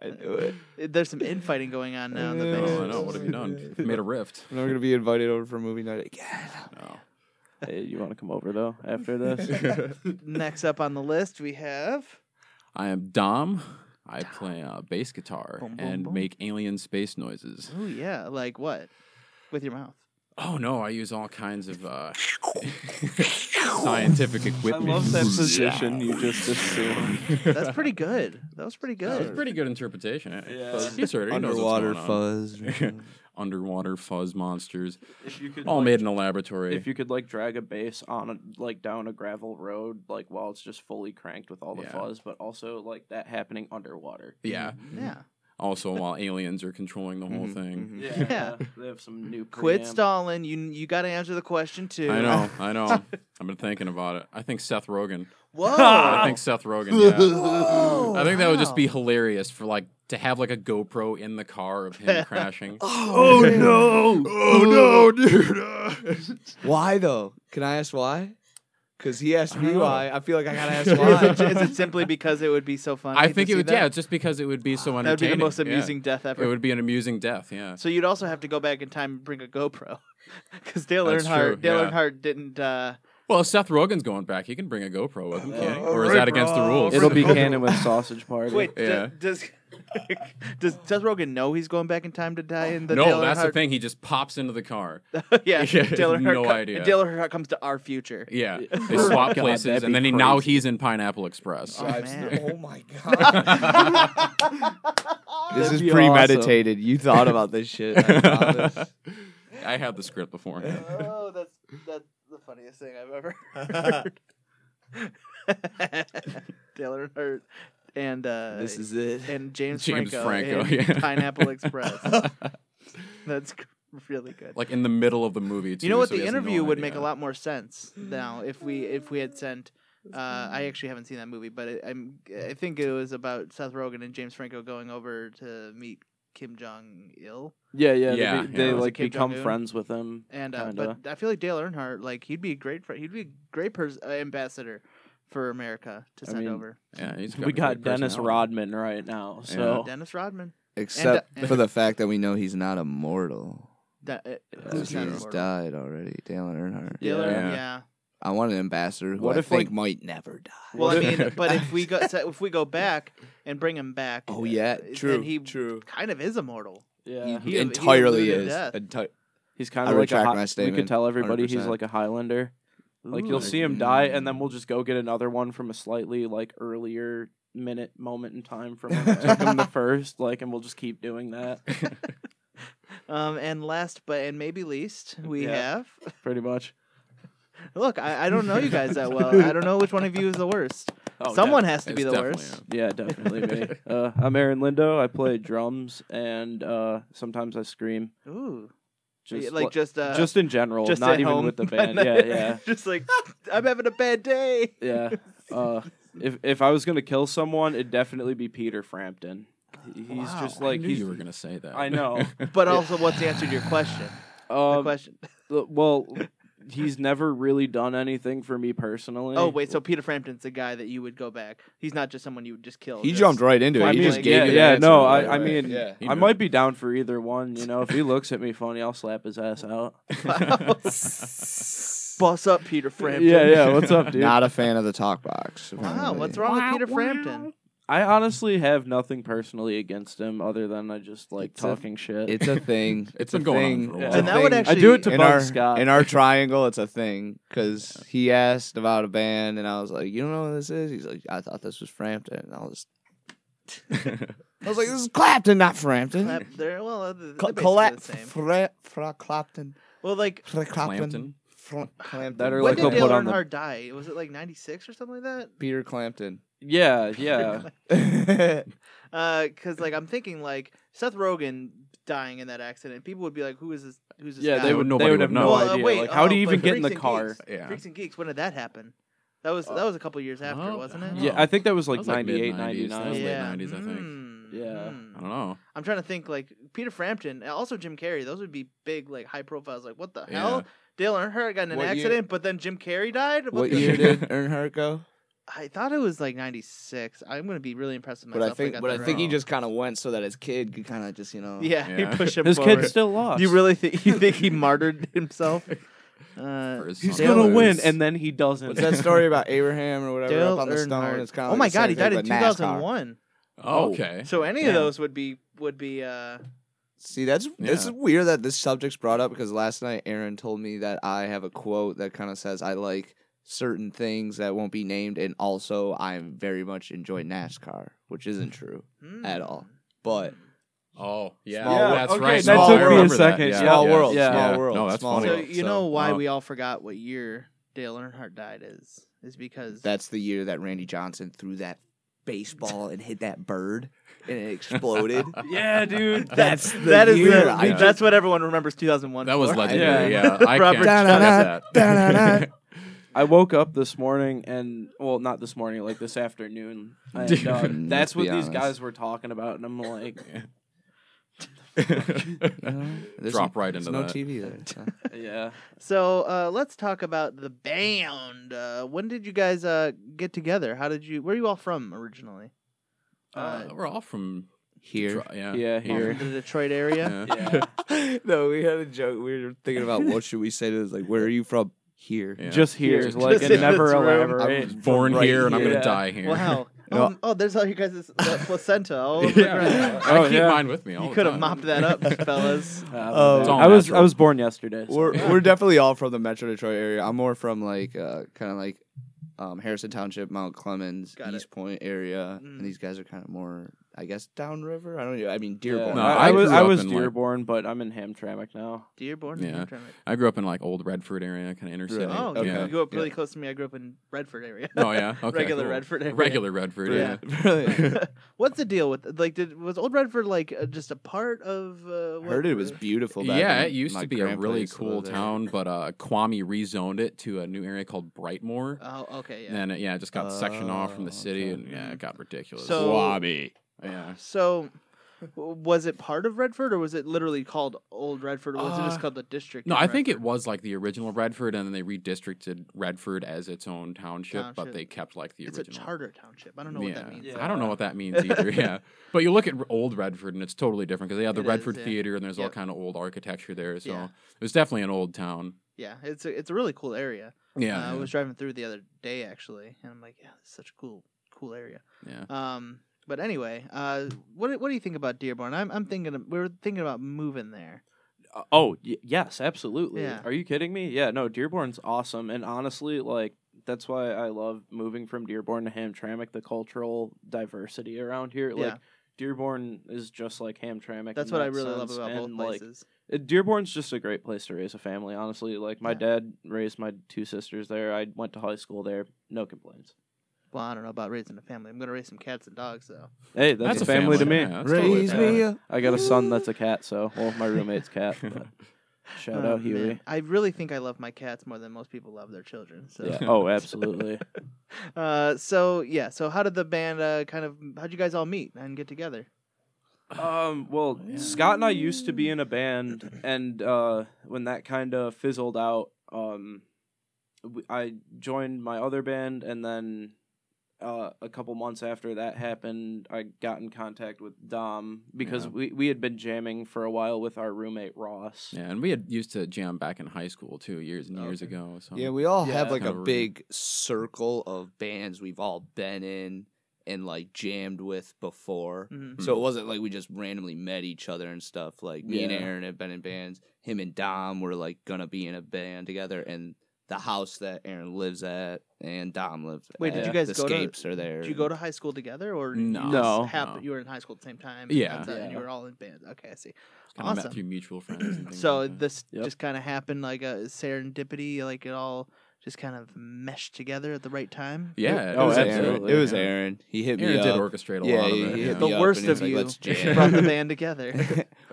F: I knew it.
B: There's some infighting going on now in the
F: Yeah.
B: base.
C: Oh, I know. What have you done? Made a rift.
F: I'm never gonna be invited over for movie night again.
C: No.
E: Hey, you want to come over though after this?
B: Next up on the list, we have
C: I am Dom. I play uh, bass guitar
B: Boom, boom,
C: and
B: boom.
C: make alien space noises.
B: oh yeah, like what with your mouth.
C: Oh no, I use all kinds of uh, scientific equipment.
E: position you just assumed.
B: That's pretty good. That was pretty
C: That was
B: good.
C: pretty good interpretation. eh?
D: Yeah.
C: Fuzz- He's heard it. He knows what's
F: Underwater
C: going on.
F: fuzz.
C: Underwater fuzz monsters.
D: If you could,
C: All
D: like,
C: made in a laboratory.
E: If you could like drag a bass on a, like down a gravel road, like while it's just fully cranked with all the
C: Yeah.
E: fuzz, but also like that happening underwater.
C: yeah.
B: Yeah.
C: Also, while aliens are controlling the whole
F: Mhm,
C: thing.
F: mhm.
E: Mm-hmm. Yeah,
B: Yeah.
E: they have some new.
B: Quit
E: preamp.
B: stalling. You you got to answer the question too.
C: I know. I know. I've been thinking about it. I think Seth Rogen.
B: Whoa.
C: I think Seth Rogen. Yeah.
F: Oh,
B: Whoa,
C: I think that would just
B: Ah. wow.
C: be hilarious for like to have like a GoPro in the car of him crashing.
F: Oh, no! Oh no, dude! why though? Can I ask why? Because he asked
C: I don't
F: me
C: know.
F: why. I feel like I gotta ask
B: Is it,
F: why.
B: is it simply because it would be so funny?
C: I
B: to
C: think
B: see
C: it would.
B: That?
C: Yeah, it's just because it would be so entertaining.
B: That would be the most
C: Yeah.
B: amusing death ever.
C: It would be an amusing death. Yeah.
B: So you'd also have to go back in time and bring a GoPro, because Dale
C: That's
B: Earnhardt.
C: true,
B: Dale
C: yeah.
B: Earnhardt didn't. Uh,
C: Well, if Seth Rogen's going back. He can bring a GoPro with him, can't he?
F: Oh,
C: Or is
F: right,
C: that against the
F: bro.
C: rules?
E: It'll be
B: Bring a GoPro.
E: canon with sausage party.
B: wait, d-
C: Yeah.
B: does does Seth Rogen know he's going back in time to die in the Oh,
C: no,
B: Dale
C: that's the
B: Earnhardt?
C: thing. He just pops into the car.
B: thing. yeah,
C: Yeah,
B: Dale Earnhardt.
C: no
B: co-
C: idea.
B: Dale Earnhardt comes to our future.
C: Yeah,
E: Oh
C: they
E: my
C: swap
E: God,
C: places,
E: that'd
C: and
E: be
C: then he, now
E: crazy.
C: he's in Pineapple Express.
B: Oh, man.
F: oh my god! this
E: That'd
F: is
E: be
F: premeditated. You thought about this shit. I promise.
C: I had the script beforehand.
B: oh, that's that's the funniest thing I've ever heard. Dale Earnhardt and uh,
F: this is it.
B: and James,
C: James
B: Franco,
C: Franco,
B: and
C: yeah.
B: Pineapple Express. that's g- really good.
C: like in the middle of the movie. Too,
B: you know what?
C: so he
B: the
C: has no
B: interview would
C: idea.
B: make a lot more sense now if we if we had sent. Uh, I actually haven't seen that movie, but it, I'm I think it was about Seth Rogen and James Franco going over to meet Kim Jong Il,
E: Yeah, yeah, they
C: Yeah,
E: be-
C: yeah.
E: They,
C: Was it
E: like
B: Kim
E: become
B: Jong-un?
E: friends with him.
B: and uh,
E: Kinda.
B: but I feel like Dale Earnhardt, like he'd be a great for he'd be a great pers- uh, ambassador for America to
E: I
B: send
E: mean,
B: over.
C: Yeah, he's
E: we
C: a
E: got
C: great
E: Dennis
C: personality.
E: Rodman right now.
C: Yeah.
E: So
B: Dennis Rodman,
F: Except
B: and-
F: for the fact that we know he's not immortal.
B: that, uh,
F: He's
B: who's not immortal?
F: died already. Dale Earnhardt.
B: Dale
E: Yeah.
B: Earnhardt,
C: Yeah.
B: yeah.
F: I want an ambassador who
E: What
F: I
E: if,
F: think
E: like-
F: might never die.
B: Well, I
E: What-
B: mean, but if we go so if we go back and bring him back,
F: Oh
B: uh,
F: yeah,
B: then
F: true.
B: he
F: true.
B: kind of is immortal.
E: yeah,
B: he- he
F: entirely
B: alluded
F: is.
B: death.
F: Enti-
E: he's kind
F: I
E: of like a
F: retract
E: hi-
F: my
E: we could
F: statement,
E: tell everybody he's
F: 100%.
E: like a Highlander. Like
C: Ooh.
E: you'll see him die, and then we'll just go get another one from a slightly like earlier minute moment in time from when it took him the first. Like, and we'll just keep doing that
B: Um, and last but and maybe least, we
E: Yeah.
B: have.
E: pretty much.
B: Look, I, I don't know you guys that well. I don't know which one of you is the worst.
E: Oh,
B: Someone has to
C: It's
B: be the
C: definitely
B: worst.
E: def- yeah, definitely me. Uh, I'm Aaron Lindo. I play drums, and uh, sometimes I scream.
B: Ooh,
E: Just
B: like
E: li-
B: just uh,
E: just in general,
B: just
E: not
B: at
E: even
B: home.
E: with the band. yeah, yeah.
B: just like I'm having a bad day.
E: Yeah. Uh, if if I was gonna kill someone, it'd definitely be Peter Frampton. He- He's
B: Wow,
E: just
C: I
E: like
C: knew
E: he's.
C: you were gonna say that.
E: I know.
B: But also, what's the answer to your question? the
E: Um,
B: question.
E: l- well, he's never really done anything for me personally.
B: Oh wait, so Peter Frampton's the guy that you would go back. He's not just someone you would just kill.
F: he
B: just-
F: jumped right into it.
E: I
F: he
E: mean,
F: just
B: like,
F: gave
E: yeah,
F: you the
E: yeah,
F: answer
E: no,
F: right
E: I- I
F: away.
E: mean,
F: yeah.
C: He
E: I
C: knew.
E: might be down for either one. You know, if he looks at me funny, I'll slap his ass out.
B: Boss up, Peter Frampton.
E: Yeah, yeah. What's up, dude?
F: Not a fan of the talk box.
B: Wow,
F: apparently.
B: what's wrong with Peter Frampton?
E: I honestly have nothing personally against him, other than I just like
F: It's a-
E: talking shit.
F: It's a thing. It's a
C: been going on
F: thing.
C: for a while.
F: It's a
B: And that would
F: thing.
E: I
B: actually
E: do it to
F: in
E: Bug
F: our
E: Scott.
F: in our triangle, it's a thing because he asked about a band, and I was like, "You don't know what this is?" He's like, "I thought this was Frampton." And I was, I was like, "This is Clapton, not Frampton."
B: Clap, they're well, uh, they're
F: Cl-
B: basically
F: Clap,
B: the same.
F: Fra, Fra Clapton,
B: Well, like
F: Fra Clapton,
C: Clampton.
F: Fra- Clapton.
E: That are
B: when
E: like
B: did
E: they'll
B: Dale
E: put on the-
B: Earnhardt die? Was it like '96 or something like that?
F: Peter Clapton.
E: yeah, yeah.
B: Because uh, like I'm thinking like Seth Rogen dying in that accident, people would be like, "Who is this? Who's this?"
E: Yeah,
B: guy?
E: they would.
C: Nobody
E: They would
C: would
E: have
C: know.
E: no
B: Well, uh,
E: idea.
B: wait,
E: like, how do
B: oh,
E: you
B: but
E: even get in the
B: Freaks and
E: car?
B: Geeks-
C: Yeah.
B: Freaks and Geeks. When did that happen? That was that was a couple years after,
C: Oh,
B: wasn't
C: I
B: it?
C: don't
E: Yeah,
C: know.
E: I think that was
C: That
E: like
C: was like
E: 98,
C: mid-nineties. That
E: 99.
C: was late
B: yeah.
C: 90s, I think.
B: Mm.
E: Yeah.
B: Hmm.
C: I don't know.
B: I'm trying to think like Peter Frampton, and also Jim Carrey. Those would be big, like high profiles. Like what the
C: Yeah.
B: hell? Dale Earnhardt got in an
F: What year-
B: accident, but then Jim Carrey died. What
F: What
B: the-
F: year did Earnhardt go?
B: I thought it was like '96. I'm gonna be really impressed with
F: But
B: myself.
F: I think,
B: got
F: but I
B: that
F: think he
B: right.
F: just kind of went so that his kid could kind of just, you know.
B: yeah,
C: Yeah.
B: he pushed him.
E: His
B: forward.
E: kid still lost.
B: You really think you think he martyred himself? Uh,
C: First
E: He's
C: song
B: Dale-
E: gonna
C: is-
E: win, and then he doesn't.
F: What's that story about Abraham or whatever
B: Dale
F: up on the stone?
B: Earnhardt.
F: It's kind of
B: oh my god, he died in 2001.
C: Oh, okay.
B: So any
F: Yeah.
B: of those would be would be. uh
F: See, that's this
C: Yeah.
F: is weird that this subject's brought up because last night Aaron told me that I have a quote that kind of says I like certain things that won't be named, and also I very much enjoy NASCAR, which isn't true
B: hmm.
F: at all. But
C: Oh, yeah.
F: Small
E: Yeah,
C: that's
E: okay,
C: right.
E: that
C: Small
E: took me a
C: world. I remember
E: second.
C: That. Yeah.
F: small
C: yeah.
F: world,
E: yeah.
F: small
C: Yeah.
F: world,
C: No, that's
F: small
C: funny.
B: So
F: world.
B: you know why
C: wow.
F: um
B: we all forgot what year Dale Earnhardt died is is because
F: that's the year that Randy Johnson threw that baseball and hit that bird and it exploded.
E: Yeah, dude.
F: that's the
B: that is
F: year
B: the-
F: I
C: just-
B: that's what everyone remembers 2001.
C: That was
B: for.
C: legendary.
E: Yeah.
C: Yeah, I can't
B: Robert-
C: forget
F: Da-da-da,
C: that.
E: I woke up this morning and well, not this morning, like this afternoon. And,
C: Dude,
E: uh,
F: let's
E: that's what
F: be
E: these
F: honest.
E: guys were talking about, and I'm like,
F: You
C: Uh,
F: know, there's
C: Drop
F: no-
C: right
F: there's
C: into
F: no
C: that.
F: TV there. so.
E: yeah.
B: So uh, let's talk about the band. Uh, when did you guys uh, get together? How did you? Where are you all from originally?
C: Uh, we're all from
F: Here.
C: Dro- Yeah,
E: Yeah,
B: all
E: here.
B: from the Detroit area.
C: Yeah.
E: Yeah.
F: no, we had a joke. We were thinking about what should we say to this. Like, where are you from? Here.
C: Yeah.
E: Just here,
C: Just-
E: like,
B: just
E: and
B: in
E: never
B: this room.
F: I
E: elaborate. Uh,
F: was
C: born
F: right
C: here, and I'm
E: here.
C: gonna die here.
B: Wow.
F: No.
B: Um, oh, there's all you guys' uh, placenta. All over the
C: Yeah.
B: ground.
E: Oh,
C: I keep
E: yeah.
C: mine with me. All
B: You
C: the
B: could have
C: time.
B: mopped that up, fellas.
E: Uh,
F: It's all
E: I was I
C: natural.
E: was born yesterday. so-
F: We're we're definitely all from the Metro Detroit area. I'm more from like uh, kind of like um, Harrison Township, Mount Clemens,
B: Got it.
F: East Point area,
B: Mm.
F: and these guys are kind of more, I guess, downriver. I don't know. I mean, Dearborn.
E: Yeah.
C: No,
E: I,
C: I
E: I was
C: grew
E: I
C: up
E: was
C: in, like-
E: Dearborn, but I'm in Hamtramck now.
B: Dearborn.
C: Yeah.
B: Trying to-
C: I grew up in like old Redford area, kind of inner
F: Really?
C: city.
B: Oh, you
F: Okay.
C: yeah.
B: grew up
F: Yeah.
B: really close to me. I grew up in Redford area.
C: Oh yeah. Okay.
B: regular
C: cool.
B: Redford area.
C: Regular Redford.
B: Yeah.
C: Yeah.
F: Really?
B: What's the deal with like? Did was Old Redford like uh, just a part of? Uh, what,
F: Heard it was beautiful. Back
C: Yeah,
F: when
C: it used
F: my
C: to be a
F: grandpa
C: really
F: used to
C: cool
F: live there.
C: town, but uh, Kwame rezoned it to a new area called Brightmoor.
B: Oh, okay, yeah.
C: And then, it, yeah, it just got sectioned off from the
F: Oh,
C: city,
F: okay.
C: and yeah, it got ridiculous.
B: So-
C: Kwame. Yeah.
B: So, w- was it part of Redford, or was it literally called Old Redford, or was it just
C: Uh,
B: called the district?
C: No,
B: of
C: I think it
B: Redford?
C: was like the original Redford, and then they redistricted Redford as its own township,
B: Township.
C: but they kept like the
B: It's a
C: original.
B: charter township. I don't know
C: yeah.
B: what that means.
E: Yeah.
C: I don't know what that means either. yeah, but you look at r- old Redford, and it's totally different because they have the
B: It is,
C: Redford
B: yeah.
C: Theater, and there's all
B: Yep.
C: kind of old architecture there. So
B: Yeah.
C: it was definitely an old town.
B: Yeah, it's a, it's a really cool area.
C: Yeah,
B: Uh, I
C: yeah,
B: was driving through the other day actually, and I'm like, yeah, it's such a cool cool area.
C: yeah.
B: Um, but anyway, uh, what do- what do you think about Dearborn? I'm I'm thinking of, we were thinking about moving there.
E: Uh, oh y- yes, absolutely.
B: Yeah.
E: Are you kidding me? Yeah, no, Dearborn's awesome, and honestly, like that's why I love moving from Dearborn to Hamtramck. The cultural diversity around here, like
B: Yeah.
E: Dearborn is just like Hamtramck.
B: That's
E: in
B: what
E: that
B: I really love
E: sense,
B: about both
E: and, like,
B: places.
E: uh, Dearborn's just a great place to raise a family. Honestly, like my
B: Yeah.
E: dad raised my two sisters there. I went to high school there. No complaints.
B: Well, I don't know about raising a family. I'm gonna raise some cats and dogs though.
E: Hey, that's, a family, to me.
C: Yeah, that's totally
F: Raise
C: a
B: totally
F: me
C: family.
F: up.
E: I got a son that's a cat, so well, my roommate's cat. but shout
B: Oh,
E: out Huey.
B: man. I really think I love my cats more than most people love their children. So,
E: Yeah. Oh, absolutely.
B: uh, so yeah. So how did the band uh, kind of? How'd you guys all meet and get together?
E: Um, well,
C: Oh, Yeah.
E: Scott and I used to be in a band, and uh, when that kind of fizzled out, um, w- I joined my other band, and then uh, a couple months after that happened, I got in contact with Dom because
C: Yeah.
E: we, we had been jamming for a while with our roommate Ross.
C: Yeah, and we had used to jam back in high school too, years and years ago. So
F: Yeah, we all have
E: Yeah.
F: like a
C: Oh. Kinda weird.
F: big circle of bands we've all been in and like jammed with before.
E: Mm-hmm.
B: Mhm.
C: hmm,
F: So it wasn't like we just randomly met each other and stuff. Like me and
E: Yeah.
F: Aaron have been in bands. Him and Dom were like gonna be in a band together, and the house that Aaron lives at and Dom lives.
B: Wait,
F: at,
B: did you guys
F: the
B: go to-
F: Scapes are there?
B: Did you go to high school together, or you
C: No.
B: just
E: No.
B: hap-
C: No.
B: you were in high school at the same time?
C: Yeah.
B: that's it, and you
E: Yeah.
B: were all in bands. Okay, I see.
C: kind of
B: awesome.
C: met through mutual friends. And things
B: So
C: like that.
B: this
E: Yep.
B: just kind of happened like a serendipity, like it all just kind of meshed together at the right time.
C: yeah,
F: It
E: Oh,
F: was Aaron.
E: absolutely,
F: It was
C: yeah.
F: Aaron. He hit me
C: Aaron
F: up.
C: did orchestrate a
F: yeah,
C: lot of
F: he,
C: it.
F: he
C: yeah.
F: hit
B: The
F: me up
B: worst
F: and he was
B: of
F: like,
B: you
F: Let's
B: Brought the
F: jam.
B: band together.
C: I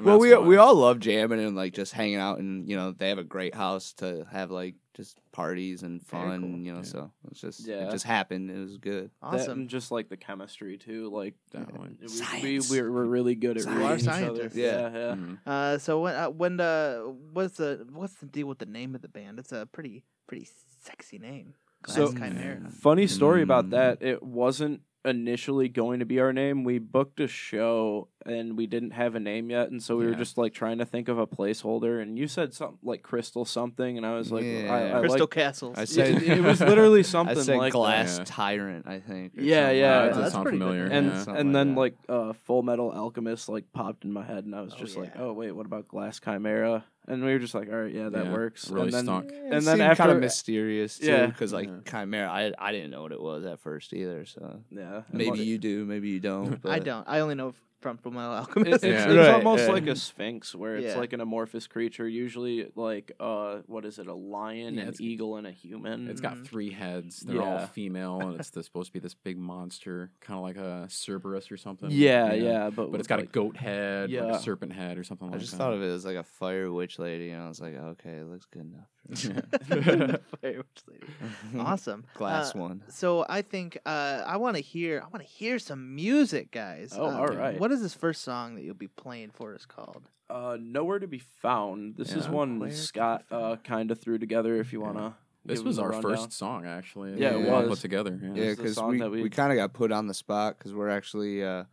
F: Well,
C: that's
F: we uh, we
C: fine.
F: all love jamming and like just hanging out, and you know they have a great house to have like just parties and
B: Very
F: fun.
B: cool.
F: You know,
C: Yeah.
F: so it's just
E: Yeah.
F: it just happened. It was good.
E: That
B: Awesome.
E: and just like the chemistry too, like uh,
C: Definitely.
E: we- we,
F: Science.
E: we we're, we're really good at
F: Science.
E: reading each
B: We are
E: other.
B: scientists.
E: Yeah,
F: Yeah.
E: yeah.
C: Mhm.
B: Uh, so when uh, when uh, what's the what's the deal with the name of the band? It's a pretty pretty sexy name. Glass
E: So-
B: Chimera.
E: Funny story about
F: Mm.
E: that. It wasn't initially going to be our name. We booked a show and we didn't have a name yet, and so we were
C: Yeah.
E: just like trying to think of a placeholder. And you said something like Crystal something, and I was like,
F: Yeah.
E: I, I
B: Crystal
E: like-
B: Castles.
F: I
E: It-
F: said-
E: it, was literally
F: I
E: something
F: said
E: like that.
F: glass
C: Yeah.
F: tyrant. I think. or
E: Yeah,
F: something
E: yeah.
C: Uh, it
F: like
C: does
B: Oh, that's
F: that.
C: sound
B: pretty good.
C: familiar.
E: and
C: yeah.
F: something
E: and
F: like
E: then
F: that.
E: like uh, Full Metal Alchemist like popped in my head, and I was
B: Oh,
E: just like,
B: yeah.
E: oh wait, what about Glass Chimera? And we were just like, all right, yeah, that
C: Yeah,
E: works.
C: Really
E: and then
C: stunk.
F: Yeah,
E: and then after-
F: kind of mysterious too,
E: Yeah.
F: because like
C: Yeah.
F: chimera, I I didn't know what it was at first either. So
E: yeah, and
F: maybe
E: like-
F: you do, maybe you don't. But
B: I don't. I only know from from my
E: It- it's
B: alchemist.
C: Yeah.
E: it's
F: Right,
E: almost
F: yeah.
E: like a sphinx, where it's
B: Yeah.
E: like an amorphous creature, usually like uh, what is it, a lion,
C: Yeah,
E: an
C: it's-
E: eagle, and a human.
C: It's
B: Mhm.
C: got three heads. They're
E: Yeah.
C: all female, and it's the, supposed to be this big monster, kind of like a Cerberus or something.
E: yeah, yeah, but
C: But it's got a
E: like,
C: goat head, like
E: Yeah.
C: a serpent head, or something
F: I
C: like
F: just
C: that.
F: thought of it as like a fire witch lady, and I was like, okay, it looks good enough. for me.
B: Very much later.
F: Hmm.
B: awesome.
F: Glass
B: Uh,
F: one.
B: So I think uh, I want to hear I want to hear some music, guys.
E: Oh,
B: Uh,
E: all right.
B: What is this first song that you'll be playing for us called?
E: uh, nowhere to be found. This is
C: Yeah.
E: one
C: Nowhere to be
E: Scott uh, kind of threw together. If you
C: Yeah.
E: wanna,
C: This
E: give
C: was
E: him the
C: our
E: rundown.
C: first song, actually.
E: Yeah,
C: that
F: it
C: we all
E: was.
C: put together. Yeah.
F: Yeah,
E: It's the
F: because
E: song
F: we,
E: that we-
F: we, kind of got put on the spot because we're actually, uh,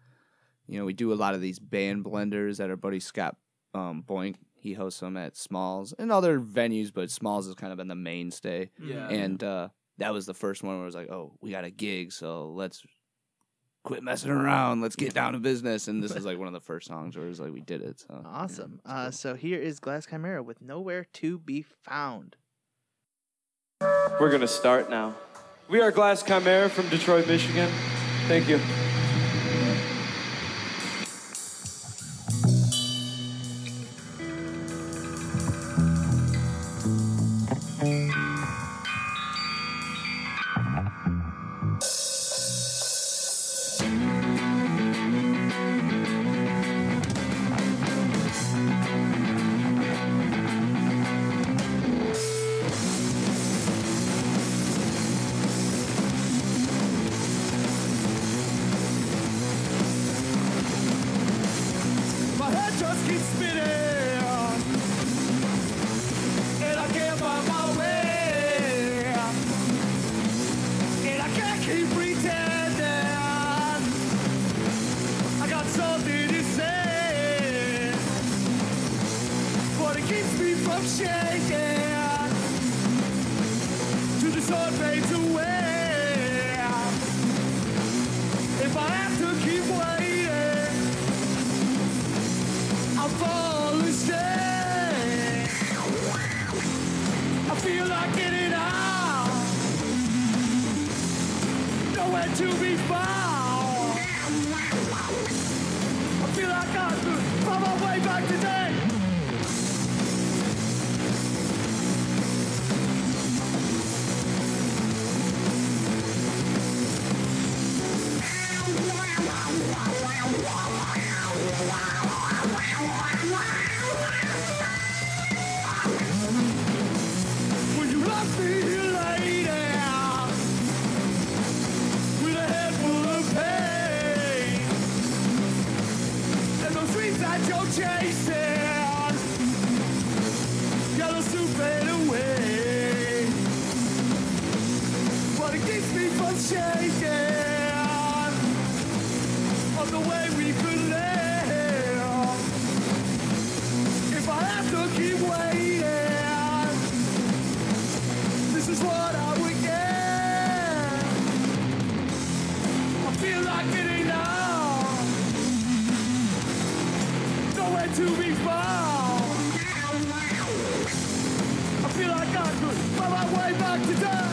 F: you know, we do a lot of these band blenders that our buddy Scott um, Boink, he hosts them at Smalls and other venues, but Smalls has kind of been the mainstay.
E: Yeah.
F: And uh, that was the first one where it was like, oh, we got a gig, so let's quit messing around. Let's get down to business. And this is like one of the first songs where it was like, we did it. So
B: Awesome. uh, So here is Glass Chimera with Nowhere to Be Found.
E: We're gonna start now. We are Glass Chimera from Detroit, Michigan. Thank you.
A: My head just keeps spinning, and I can't find my way, and I can't keep pretending. I got something to say, but it keeps me from shaking. Till the sun fades away. If I have to keep waiting. I fall asleep. I feel like getting out. Nowhere to be found. I feel like I'm on my way back today. When you left me here laid out with a head full of pain, and those dreams that you're chasing got us to fade away. But it keeps me from shaking on the way we could live. If I have to keep waiting. This is what I would get. I feel like getting out. Nowhere to be found. I feel like I could find my way back today.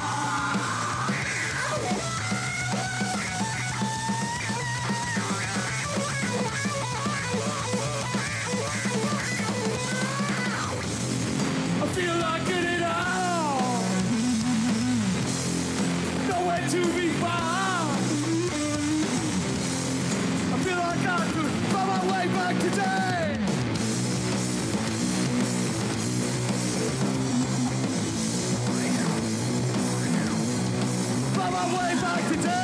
G: Thank you.
A: today. Find my way back today.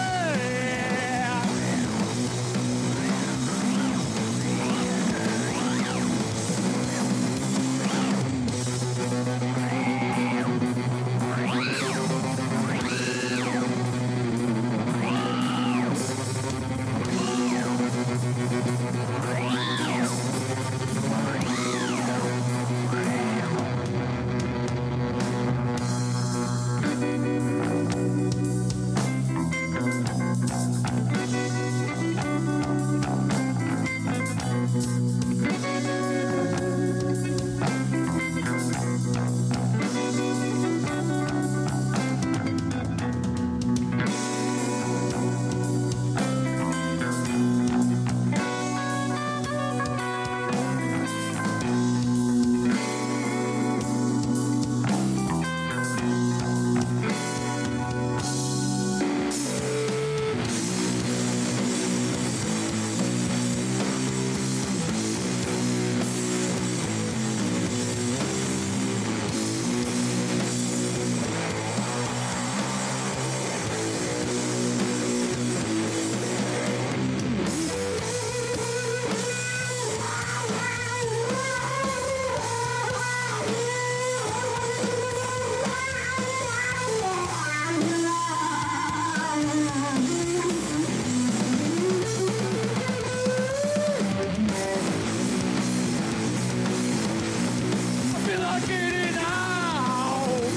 A: I feel like getting out.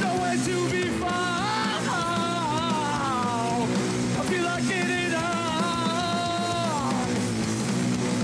A: Nowhere to be found. I feel like getting out.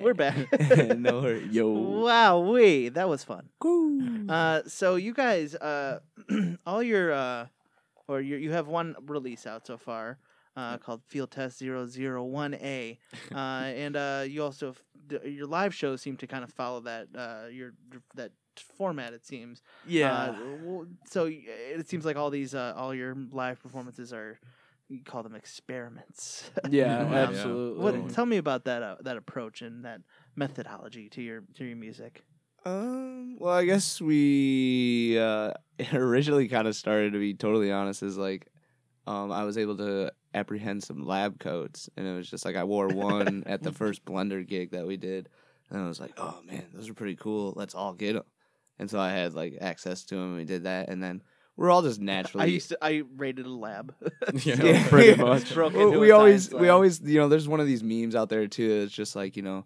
B: We're back.
F: no hurry. Yo.
B: Wow, we that was fun. Uh, so you guys, uh, all your uh, or you you have one release out so far, uh, called Field Test 001A, uh, and uh, you also f- d- your live shows seem to kind of follow that uh your that format it seems. Uh, w- so y- it seems like all these uh, all your live performances are you call them experiments.
E: yeah,
C: Wow.
E: absolutely.
B: what, tell me about that uh, that approach and that methodology to your to your music.
F: Um, well, I guess we uh, it originally kind of started to be totally honest is like, um, I was able to apprehend some lab coats, and it was just like I wore one at the first Blender gig that we did, and I was like, oh man, those are pretty cool. Let's all get them. And so I had like access to them. And we did that, and then we're all just naturally.
B: I used to I rated a lab.
C: Yeah.
F: Yeah.
E: pretty much.
B: Broke
F: Well,
B: into
F: we
B: a
F: always
B: science
F: we
B: lab.
F: always you know there's one of these memes out there too it's just like you know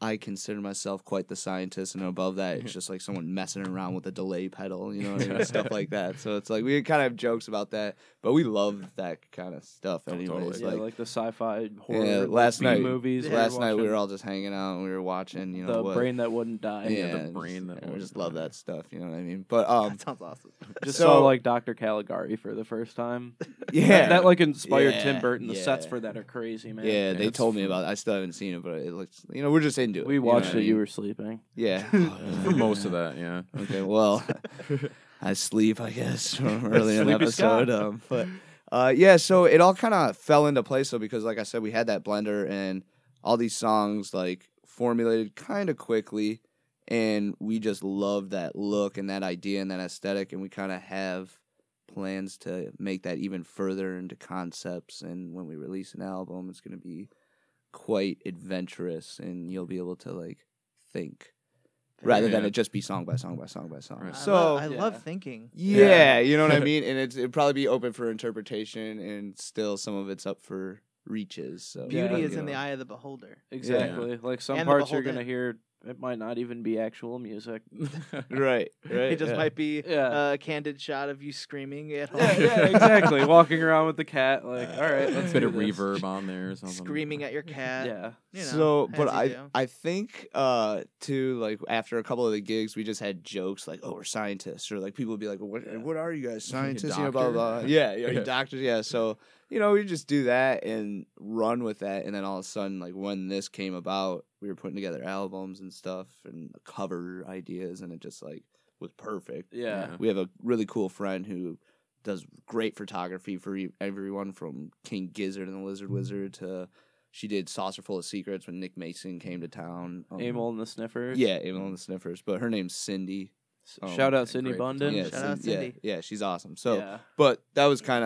F: i consider myself quite the scientist and above that it's just like someone messing around with a delay pedal you know what I mean? stuff like that so it's like we kind of have jokes about that but we love that kind of stuff
E: Oh,
F: anyways
E: yeah,
F: like,
E: like, the sci-fi horror
F: Yeah,
E: like,
F: last
E: B
F: night-
E: movies.
F: last night we
E: watching.
F: were all just hanging out and we were watching you know
E: the
F: what,
E: brain that wouldn't die.
F: yeah,
C: the brain
F: just,
C: that
F: we
C: was-
F: just love that stuff you know what i mean but um
B: That sounds awesome.
E: Just
F: So-
E: saw like Dr. Caligari for the first time.
F: yeah
E: That, that, like inspired
F: Yeah,
E: Tim Burton. The sets
F: yeah.
E: for that are crazy, man.
F: yeah, they
C: it's
F: told me about. It. I still haven't seen it, but it looks. You know, we're just into it.
E: We
F: you know what
E: watched
F: I
E: it. You
F: mean?
E: were sleeping.
F: yeah.
C: For most of that, yeah.
F: Okay, well, I sleep, I guess, from early in the
E: Sleepy Scott.
F: episode. Um, but uh, yeah, so it all kind of fell into place though, because like I said, we had that blender and all these songs like formulated kind of quickly, and we just loved that look and that idea and that aesthetic, and we kind of have plans to make that even further into concepts. And when we release an album, it's going to be quite adventurous, and you'll be able to like think rather than
C: Yeah.
F: it just be song by song by song by song.
C: Right.
B: I
F: So
B: love, I love
E: Yeah.
B: thinking.
F: yeah,
E: Yeah.
F: you know what I mean. And it's it'd probably be open for interpretation, and still some of it's up for reaches. So
B: Beauty
E: Yeah,
B: is
F: you
B: in the
F: know.
B: eye of the beholder.
E: Exactly. Like some
B: And the
E: parts you're
B: Beholder.
E: gonna hear It might not even be actual music.
F: Right. Right.
B: it just
F: yeah.
B: might be
E: Yeah.
B: a candid shot of you screaming at home,
E: yeah, yeah, exactly. Walking around with the cat, like,
F: Uh,
E: all right, let's
C: bit
E: do
C: of
E: this."
C: reverb on there or something.
B: screaming at your cat.
E: Yeah.
B: You know,
F: so
B: as
F: but
B: you
F: i
B: do.
F: i think uh too like after a couple of the gigs we just had jokes like oh we're scientists or like people would be like what, what are you guys
C: Are you a
F: scientists you know, blah, blah,
C: doctor?
F: blah. yeah are you
C: Yeah.
F: doctors yeah so you know we just do that and run with that and then all of a sudden like when this came about we were putting together albums and stuff and cover ideas and it just like was perfect
E: Yeah.
F: we have a really cool friend who does great photography for e- everyone from King Gizzard and the
B: Mm-hmm.
F: Lizard Wizard to she did Saucer Full of Secrets when Nick Mason came to town. Um,
E: Amol and the Sniffer.
F: Yeah, Amel and the Sniffers. But her name's Cindy. Um,
E: Shout out
C: okay,
E: Cindy
C: great.
E: Bundon.
F: yeah,
B: Shout out
F: yeah,
B: Cindy.
F: Yeah, she's awesome. So,
E: Yeah.
F: but that was kind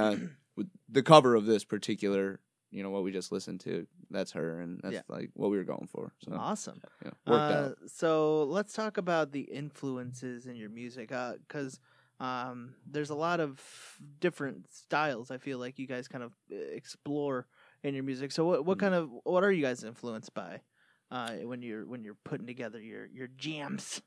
F: of the cover of this particular, you know, what we just listened to. That's her, and that's
B: Yeah.
F: like what we were going for. So,
B: Awesome.
F: yeah, worked
B: uh,
F: out.
B: So let's talk about the influences in your music, because um, there's a lot of different styles. I feel like you guys kind of uh, explore in your music. So what what kind of what are you guys influenced by uh, when you're when you're putting together your your jams?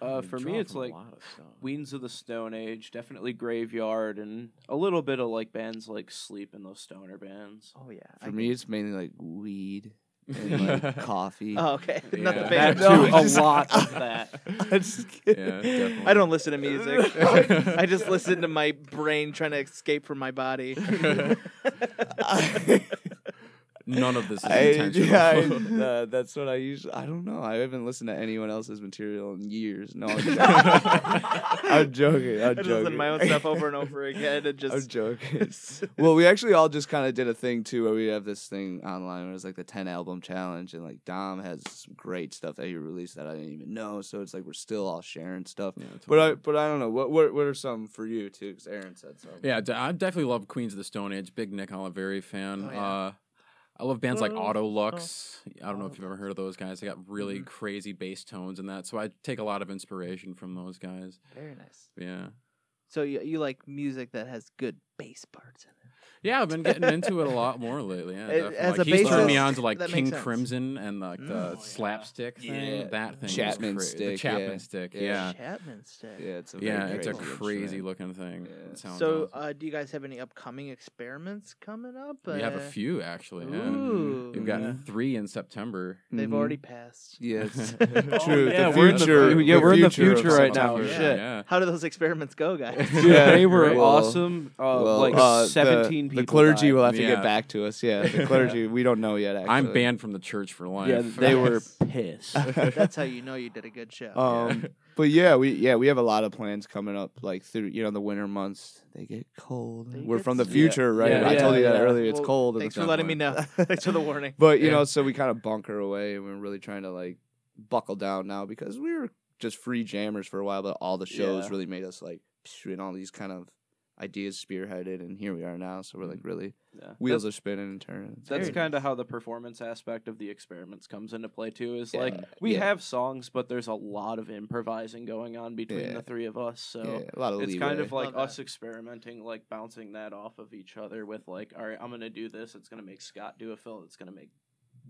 E: Uh,
C: You
E: for
C: draw
E: me, it's
C: from a
E: like
C: lot of stuff.
E: Weens of the Stone Age, definitely Graveyard, and a little bit of like bands like Sleep and those stoner bands.
B: Oh yeah,
F: For me, it's mainly like weed and like coffee.
B: Oh okay, not the
C: Yeah.
B: band.
E: That
B: No,
E: too,
B: I
E: a
B: just-
E: lot of that.
F: I'm just kidding.
C: Yeah, definitely.
B: I don't listen to music. I just listen to my brain trying to escape from my body.
F: I-
C: None of this is
F: I-
C: intentional.
F: yeah, I- uh, that's what I usually. I don't know. I haven't listened to anyone else's material in years. No, I'm joking. I'm joking.
B: I
F: I'm
B: just
F: joking.
B: listen to my own stuff over and over again and
F: I'm
B: just
F: joking. well, we actually all just kind of did a thing too, where we have this thing online where it was like the ten album challenge, and like Dom has some great stuff that he released that I didn't even know. So it's like we're still all sharing stuff.
C: Yeah,
F: But I,
C: totally.
F: but I don't know. What, what, what are some for you too? Because Aaron said so.
C: Yeah, d- I definitely love Queens of the Stone Age. Big Nick Oliveri fan.
B: Oh, yeah.
C: uh, I love bands like
B: Oh,
C: Autolux. I don't know if you've ever
B: Autolux.
C: heard of those guys. They got really
B: Mhm.
C: crazy bass tones and that. So I take a lot of inspiration from those guys.
B: very nice.
C: Yeah.
B: So you, you like music that has good bass parts in it.
C: Yeah, I've been getting into it a lot more lately. Yeah,
B: As-
C: definitely.
B: as
C: like,
B: a
C: he's turned me
B: bassist,
C: on to like
B: that
C: King
B: makes sense.
C: Crimson and like the
B: Mm. Oh, yeah.
C: slapstick thing.
F: Yeah.
C: That thing, is
F: Chapman
C: cra- the
F: stick,
C: Chapman
F: yeah.
C: stick.
F: Yeah.
C: Yeah,
B: Chapman stick.
F: Yeah, it's a
C: yeah,
F: very
C: it's a
F: great
C: crazy
F: instrument.
C: looking thing.
F: Yeah.
C: It sounds
B: So
C: awesome.
B: uh, do you guys have any upcoming experiments coming up?
C: we have a
B: Uh,
C: few actually. Yeah.
B: Ooh,
C: We've got
E: Yeah.
C: three in September.
B: they've
F: Mhm.
B: already passed.
F: Yes.
C: Oh,
F: True.
E: yeah,
F: the
E: we're in the
F: future.
E: fu- yeah, we're in the
F: of
E: future right now.
F: something.
B: Yeah.
E: Shit.
C: Yeah.
B: How do those experiments go, guys?
E: Dude, they were
F: Well,
E: awesome. Uh,
F: Well,
E: like
F: uh, the-
E: seventeen
F: the,
E: people.
F: clergy
E: died.
F: will have to
C: Yeah.
F: get back to us. Yeah, the clergy. we don't know yet. Actually.
C: I'm banned from the church for life.
E: Yeah, they were pissed.
B: That's how you know you did a good show.
F: Um, but yeah, we yeah we have a lot of plans coming up. Like through you know the winter months, they get cold.
B: They
F: We're
B: get
F: from the
B: s-
F: future, right?
E: Yeah,
F: I told you
E: yeah,
F: that
E: yeah.
F: earlier. It's
B: Well,
F: cold. and
B: Thanks for
F: stuff.
B: letting me know. Thanks for the warning.
F: But you
C: Yeah.
F: know, so we kind of bunker away, and we're really trying to like buckle down now because we were just free jammers for a while, but all the shows
E: Yeah.
F: really made us like phew, and all these kind of ideas spearheaded, and here we are now. So we're
B: Mm-hmm.
F: like really
E: Yeah.
F: wheels are spinning and turning.
E: That's
F: It's
B: Very
F: great.
E: kind of how the performance aspect of the experiments comes into play too. Is like
F: Yeah,
E: we
F: yeah.
E: have songs, but there's a lot of improvising going on between
F: Yeah.
E: the three of us. So
F: yeah, a lot of
E: it's
F: leeway.
E: kind of like
B: Love that.
E: us experimenting, like bouncing that off of each other with like, all right, I'm gonna do this. It's gonna make Scott do a fill. It's gonna make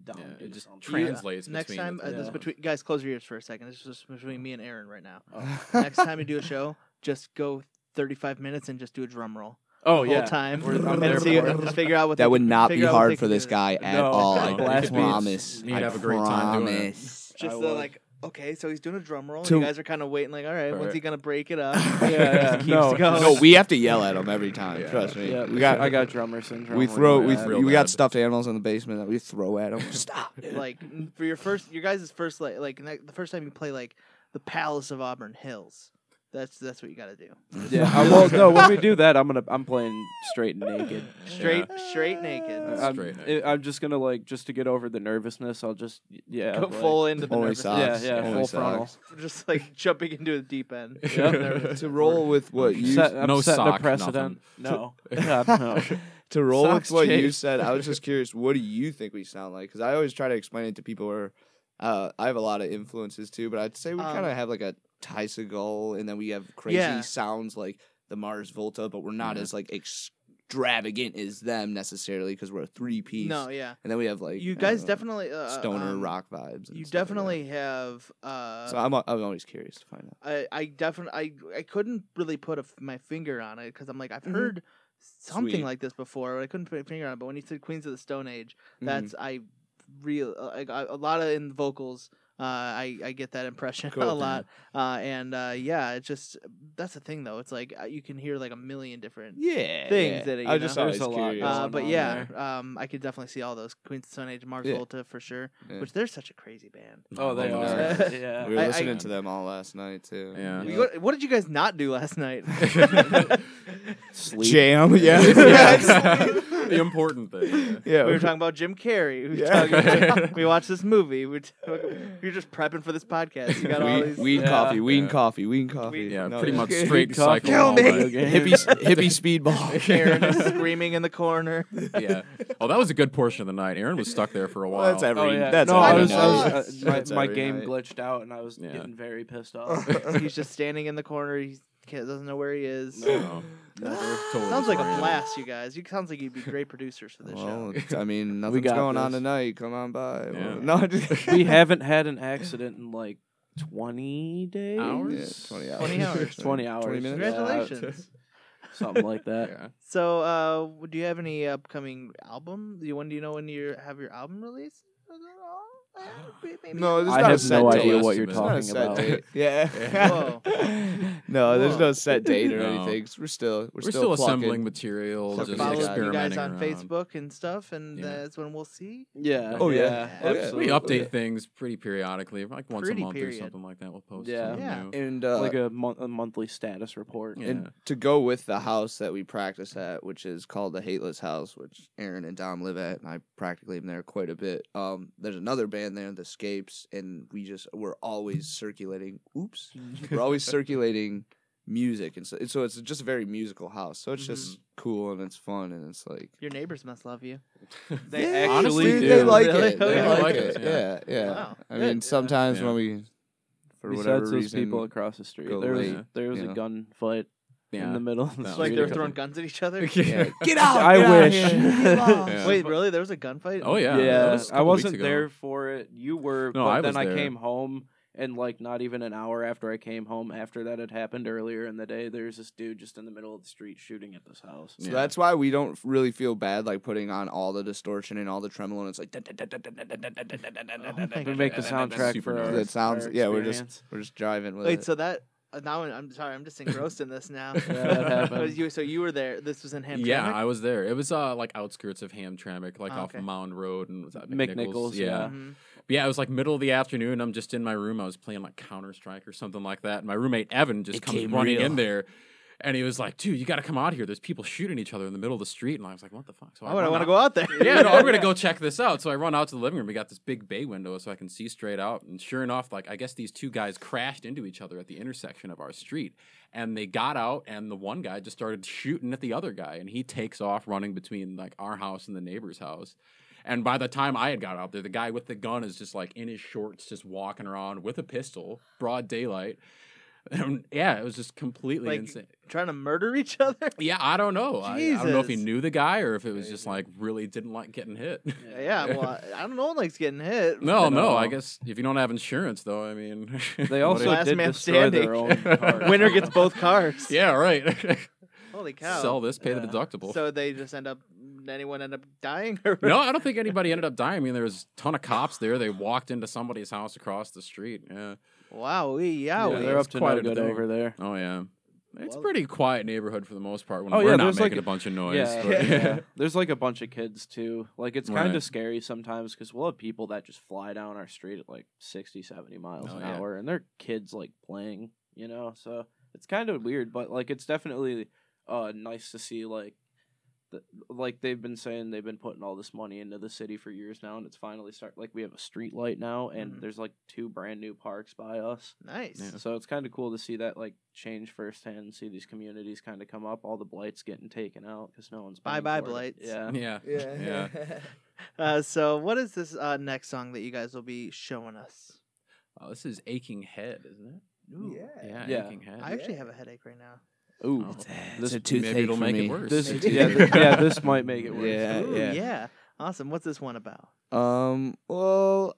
E: Dom
C: Yeah,
E: do
C: it just
E: something.
C: translates
B: Next
C: between
B: time,
C: the
B: uh,
C: three
B: this
C: of
B: is
C: us.
B: between guys. Close your ears for a second. This is just between me and Aaron right now.
F: Oh.
B: Next time you do a show, just go 35 minutes and just do a drum roll.
E: Oh
B: the
E: yeah,
B: whole time.
E: We're- I'm there
B: and see,
E: for it.
B: figure out what they
F: That would
B: can-
F: not be
B: figure out what they
F: hard for
B: can
F: this
B: do.
F: guy at
E: No.
F: all. Oh, I
E: Blast beats.
F: promise.
C: You'd
F: I
C: have a great time doing it.
F: promise.
B: Just
E: I
B: the,
E: would.
B: like, okay, so he's doing a drum roll.
F: To-
B: and you guys are kind of waiting, like, all right, when's
C: Right.
B: he gonna break it up?
F: Yeah,
E: yeah.
B: Just keeps
E: No,
B: going.
F: No, we have to yell at him every time.
C: Yeah.
F: Trust me.
E: yeah.
F: we got.
E: I got drummer syndrome.
F: We
E: real
F: throw. We,
E: bad.
C: real
F: we got
C: bad.
F: stuffed animals in the basement that we throw at them. Stop. dude.
B: like for your first, your guys' first, like, like ne- the first time you play like the Palace of Auburn Hills. That's that's what you gotta do.
E: Yeah, I, well, no. When we do that, I'm gonna I'm playing straight and naked.
B: Straight, straight naked.
E: I-
F: Uh,
E: I'm,
C: Straight
E: I- I'm just gonna like just to get over the nervousness. I'll just y- yeah
B: Go
E: like-
B: full into the
F: only
B: nervous.
F: socks.
E: Yeah, yeah,
F: Only
E: full frontal.
F: socks.
B: Just like jumping into the deep end.
C: Yeah.
B: Nervous.
F: To roll with what
E: I'm
F: you
E: set- I'm
C: No
E: setting
C: sock,
E: a precedent. No, God, no.
F: to roll
E: Socks
F: with what you
E: changed.
F: said, I was just curious. What do you think we sound like? Because I always try to explain it to people. Where uh, I have a lot of influences too, but I'd say we
B: Um,
F: kind of have like a Ty Segall, and then we have crazy
B: Yeah. Mm-hmm.
F: sounds like the Mars Volta, but we're not
C: Yeah.
F: as like extreme extravagant as them necessarily because we're a three piece.
B: No, yeah.
F: And then we have like I
B: You
F: don't
B: guys
F: know,
B: definitely uh,
F: stoner
B: um,
F: rock vibes. and
B: You
F: stuff like that.
B: definitely have. Uh,
F: so I'm I'm always curious to find out.
B: I I definitely I I couldn't really put a f my finger on it because I'm like I've
F: Mhm.
B: heard something
F: Sweet.
B: like this before, but I couldn't put a finger on it. But when you said Queens of the Stone Age,
F: Mhm.
B: that's I real uh, I, I, a lot of in vocals. Uh, I I get that impression a
F: Cool.
B: lot. Uh, and uh, yeah, it's just that's the thing though. It's like uh, you can hear like a million different.
F: yeah
B: things
F: yeah.
B: that, you
F: I was just
B: know,
F: always
E: there's a lot
F: curious.
E: going
B: Uh,
E: on
B: but
E: on
B: yeah, um, I could definitely see all those Queens of the Stone Age, Mars
F: Yeah.
B: Volta for sure.
F: Yeah.
B: Which they're such a crazy band.
E: Oh, they
C: Yeah.
E: are. yeah.
F: we were
B: I- I-
F: listening to them all last night too.
C: Yeah.
B: We What, what did you guys not do last night?
E: Sleep.
F: Jam, yeah,
C: the important thing.
F: yeah.
B: we were talking about Jim Carrey. We, were
F: Yeah.
B: talking we watched this movie. We were, talking, we were just prepping for this podcast. You got all
F: weed,
B: these.
F: weed
E: Yeah.
F: coffee, weed
C: Yeah.
F: coffee, weed coffee.
C: Yeah,
F: No,
C: pretty
F: yeah.
C: much
E: Okay.
C: straight
E: Coffee.
C: cycle.
E: Kill
C: all
E: me.
C: the-
F: hippie hippie speedball.
B: Aaron is screaming in the corner.
C: yeah. Oh, that was a good portion of the night. Aaron was stuck there for a while.
F: Well, that's every.
E: Oh, yeah.
F: That's
E: no, I
F: every
E: was, I
F: night.
E: was, uh, my,
F: That's
E: my
F: every
E: game
F: night.
E: glitched out and I was
C: Yeah.
E: getting very pissed off.
B: He's just standing in the corner. He can't, doesn't know where he is.
C: No, never. Totally
B: Sounds like a
C: disoriented.
B: blast, you guys. You sounds like you'd be great producers for this
F: Well,
B: show.
F: I mean,
E: We
F: nothing's
E: got
F: going on
E: this.
F: tonight. Come on by.
C: Yeah.
F: No, I'm just
E: we haven't had an accident in like 20 days.
F: Yeah,
C: Hours?
F: 20 hours.
B: 20 hours.
E: 20 hours.
F: 20 minutes.
B: Congratulations.
E: Something like that.
C: Yeah.
B: So, uh, do you have any upcoming album? Do you when do you know when you have your album released? Uh, Maybe?
F: No, there's
E: I
F: not a
E: have
F: set
E: no
F: date.
E: idea
C: Estimate.
E: what you're
C: It's
F: There's not a
E: talking
F: set
E: about.
F: date. Yeah.
B: Whoa.
F: No, there's
B: Whoa.
F: no set date or
C: No.
F: anything. We're still we're,
C: We're, still,
F: plucking.
C: assembling material,
F: So
C: just
B: follow
C: experimenting
B: you guys on
C: around.
B: Facebook and stuff, and
C: Yeah.
B: that's when we'll see.
E: Yeah.
F: Oh, yeah. Oh, yeah.
E: Absolutely.
C: We update
F: Yeah.
C: things pretty periodically, like once
B: Pretty
C: a month
B: period.
C: or something like that. We'll post.
E: Yeah.
C: something
B: Yeah.
C: new.
F: And uh,
E: like a, mon- a monthly status report.
C: Yeah.
F: and to go with the house that we practice at, which is called the Hateless House, which Aaron and Dom live at, and I practically am there quite a bit. Um, there's another band there, the Scapes, and we just we're always circulating. Oops, we're always circulating music, and so, and so it's just a very musical house. So it's just cool and it's fun and it's like
B: Your neighbors must love you.
E: They
F: Yeah,
E: actually
F: dude,
E: do.
F: They like
B: Really?
F: it. They
B: Okay.
F: like
C: Like
F: it.
C: us,
F: Yeah,
C: yeah.
F: yeah.
B: Wow.
F: I
B: Good.
F: mean, sometimes
C: Yeah.
F: when we, for whatever
E: Besides those
F: reason,
E: people across the street,
F: go
E: there was,
C: late,
E: there was
F: you
E: a
F: know?
E: gunfight in
C: Yeah.
E: the middle of the
C: That
E: street.
C: was
B: Like
C: really
B: they're
C: cool.
B: throwing guns at each other.
F: yeah.
C: Yeah.
F: get out.
E: I
F: get out
E: wish.
F: here, get lost."
C: Yeah.
B: Wait, really? There was a gunfight?
C: Oh yeah.
E: Yeah,
C: that was a
E: I
C: couple
E: wasn't
C: weeks ago.
E: there for it. You were,
C: No,
E: but
C: I
E: then
C: was
E: I
C: there.
E: came home, and like not even an hour after I came home, after that had happened earlier in the day, there's this dude just in the middle of the street shooting at this house.
F: So
C: Yeah.
F: that's why we don't really feel bad like putting on all the distortion and all the tremolo and it's like
E: We make the
C: And then that's
E: soundtrack
C: super
E: for our,
C: nice.
F: that sounds
E: our
F: yeah we're just
E: experience.
F: we're just driving with
B: Wait,
F: it.
B: so that uh, now I'm- I'm sorry, I'm just engrossed in this now.
E: that happened.
B: Was you- so you were there. This was in Hamtramck.
C: Yeah, I was there. It was uh like outskirts of Hamtramck, like
B: Oh,
C: off
B: okay.
C: Mound Road and was that
E: McNichols,
C: McNichols.
E: yeah.
C: yeah.
B: Mhm.
C: But yeah, it was like middle of the afternoon. I'm just in my room. I was playing like Counter Strike or something like that. And my roommate Evan just
F: It
C: comes
F: came
C: running
F: real.
C: in there. And he was like, dude, you got to come out here. There's people shooting each other in the middle of the street. And I was like, what the fuck? So
B: Oh, I
C: run
B: want to
C: out-
B: go out there.
C: yeah, no, I'm gonna go check this out. So I run out to the living room. We got this big bay window, so I can see straight out. And sure enough, like I guess these two guys crashed into each other at the intersection of our street, and they got out, and the one guy just started shooting at the other guy, and he takes off running between like our house and the neighbor's house. And by the time I had got out there, the guy with the gun is just like in his shorts, just walking around with a pistol, broad daylight. And yeah, it was just completely
B: Like-
C: insane.
B: Trying to murder each other.
C: Yeah, I don't know. I, I don't know if he
B: Jesus.
C: knew the guy or if it was just like really didn't like getting hit.
B: Yeah, well, I, I don't know. one Likes getting hit.
C: No,
E: at
C: no.
E: all.
C: I guess if you don't have insurance, though, I mean,
E: They
C: what
E: also
C: if-
B: Last
E: did
B: man
E: destroy their own
C: standing.
E: car.
B: Winner gets both cars.
C: yeah, right.
B: Holy cow.
C: Sell this, pay the
E: Yeah.
C: deductible.
B: So they just end up. Anyone end up dying? Or
C: no, I don't think anybody ended up dying. I mean, there was a ton of cops there. They walked into somebody's house across the street. Yeah.
B: Wow. Yeah.
E: Yeah,
C: Yeah,
E: they're
C: it's
E: up to
C: quite
E: no
C: a
E: good
C: thing.
E: over there.
C: Oh yeah. It's a
B: Well-
C: pretty quiet neighborhood for the most part when
E: Oh,
C: we're
E: yeah,
C: not
E: there's,
C: making
E: like,
C: a bunch of noise.
E: Yeah,
C: but-
E: yeah. There's like a bunch of kids too. Like it's kind of
C: Right.
E: scary sometimes because we'll have people that just fly down our street at like 60, 70 miles
C: Oh,
E: an
C: yeah.
E: hour and they're kids like playing, you know? So it's kind of weird, but like it's definitely uh, nice to see like. the- Like they've been saying, they've been putting all this money into the city for years now, and it's finally start. Like we have a street light now, and
C: Mm-hmm.
B: Mhm.
E: there's like two brand new parks by us.
B: Nice.
C: Yeah.
E: So it's kind of cool to see that like change firsthand and see these communities kind of come up. All the blights getting taken out because no one's paying
B: Bye-bye
E: for it.
B: blights.
E: Yeah,
C: yeah. Yeah.
B: Uh, so what is this uh, next song that you guys will be showing us?
C: Oh, this is aching head, isn't it?
B: Ooh.
C: Yeah,
E: Yeah.
C: aching head.
B: I actually have a headache right now.
F: Ooh,
C: Oh.
F: this
E: This-
F: a toothache
C: Maybe it'll
F: for
C: make
F: me.
C: it worse.
E: This,
B: Maybe.
E: yeah, th- yeah, this might make it worse.
F: Yeah,
B: Ooh,
F: Uh, yeah.
B: yeah. Awesome. What's this one about?
F: Um, well,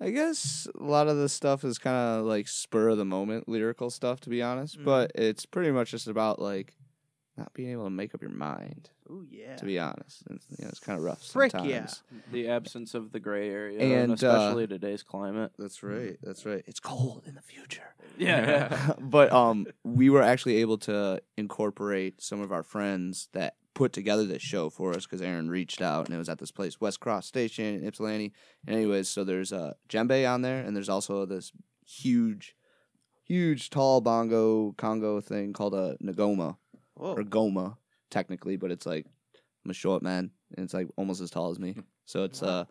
F: I guess a lot of the stuff is kind of like spur of the moment lyrical stuff, to be honest.
B: Mhm.
F: But it's pretty much just about like not being able to make up your mind,
B: Ooh, yeah.
F: to be honest. And, you know, it's kind of rough
B: Frick yeah.
F: sometimes.
E: The absence of the gray area,
F: And,
E: and
F: uh,
E: especially today's climate.
F: That's right. That's right. It's cold in the future.
E: Yeah.
F: but um, we were actually able to incorporate some of our friends that put together this show for us because Aaron reached out and it was at this place, West Cross Station in Ypsilanti. And anyways, so there's a djembe on there, and there's also this huge, huge tall bongo congo thing called a ngoma
B: Whoa.
F: or goma technically, but it's like I'm a short man and it's like almost as tall as me, so it's uh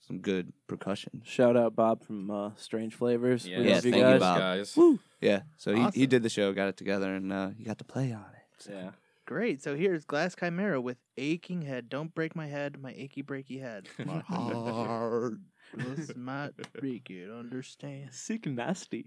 F: some good percussion.
E: Shout out Bob from uh, Strange Flavors. We
F: Yeah,
E: love you
F: thank you,
E: guys.
F: Bob.
C: guys.
F: Yeah, so he, he
B: Awesome.
F: did the show, got it together, and uh, he got to play on it.
E: Yeah.
B: Great. So here's Glass Chimera with aching head. Don't break my head, my achy breaky head.
F: Hard.
B: this might break it. Understand?
E: Sick nasty.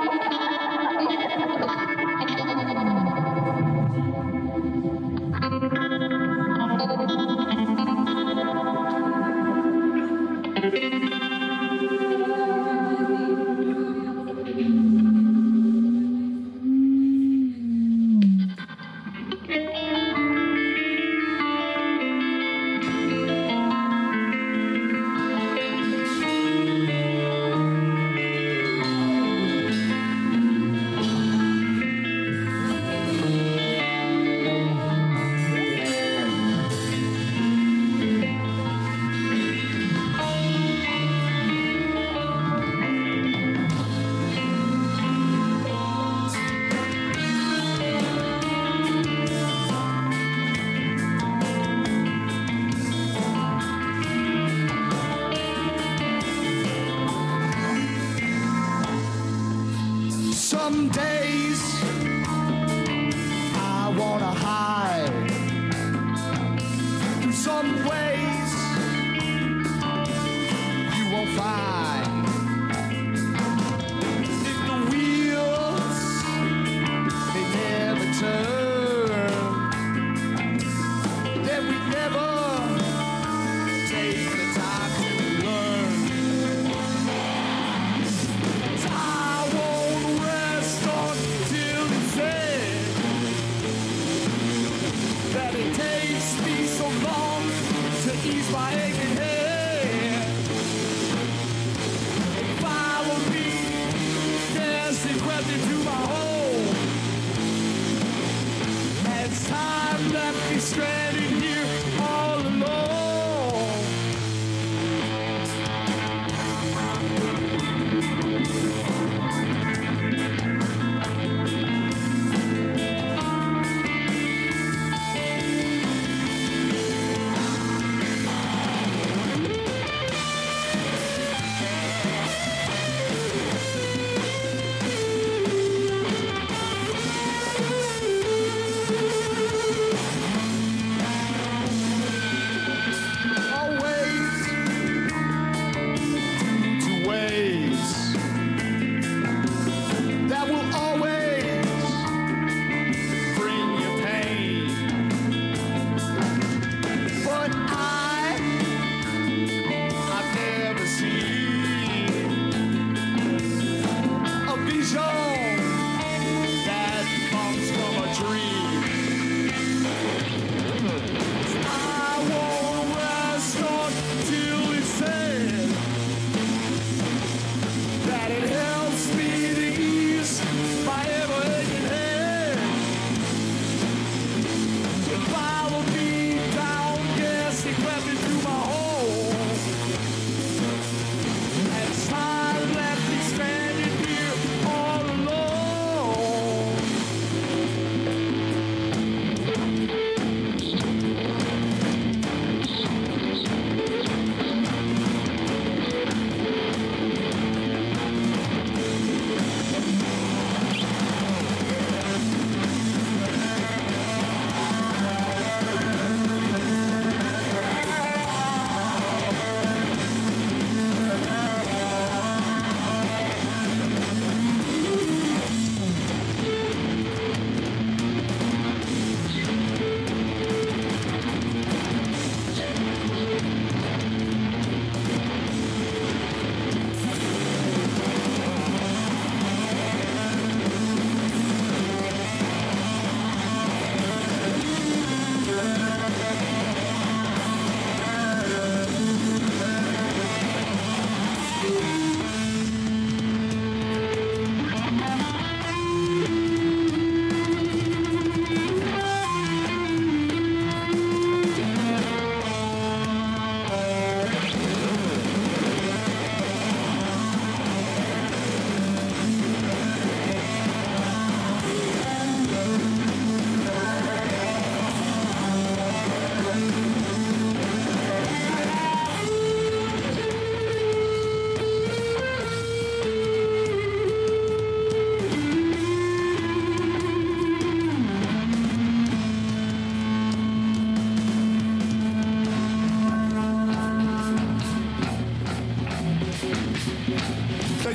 A: Some days I wanna hide. Through some ways you won't find. If the wheels they never turn, then we never take the time to learn. I won't rest until it's said that it takes me so long to ease my aching head.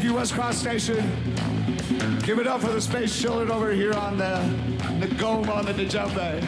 A: Dallas Cross Station. Give it up for the space children over here on the Nagoma on the Djembe.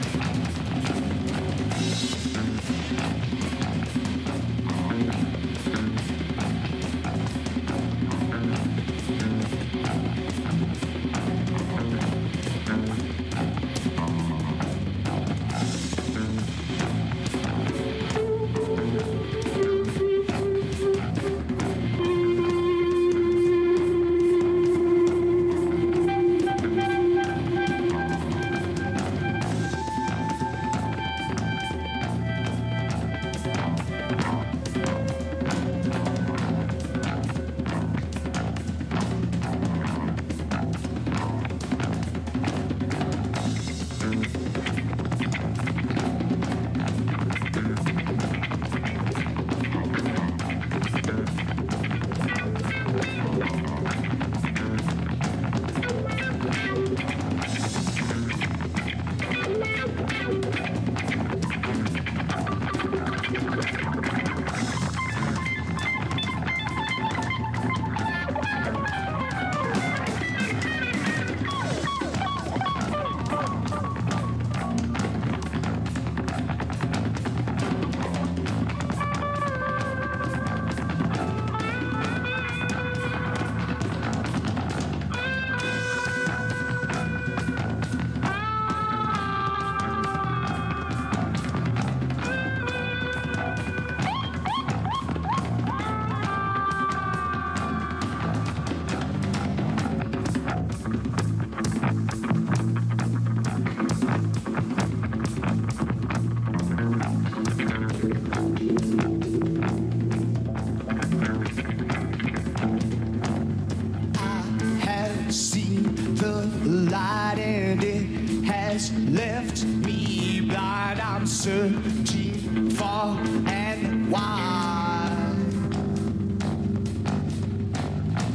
G: has seen the light and it has left me blind. I'm searching far and wide.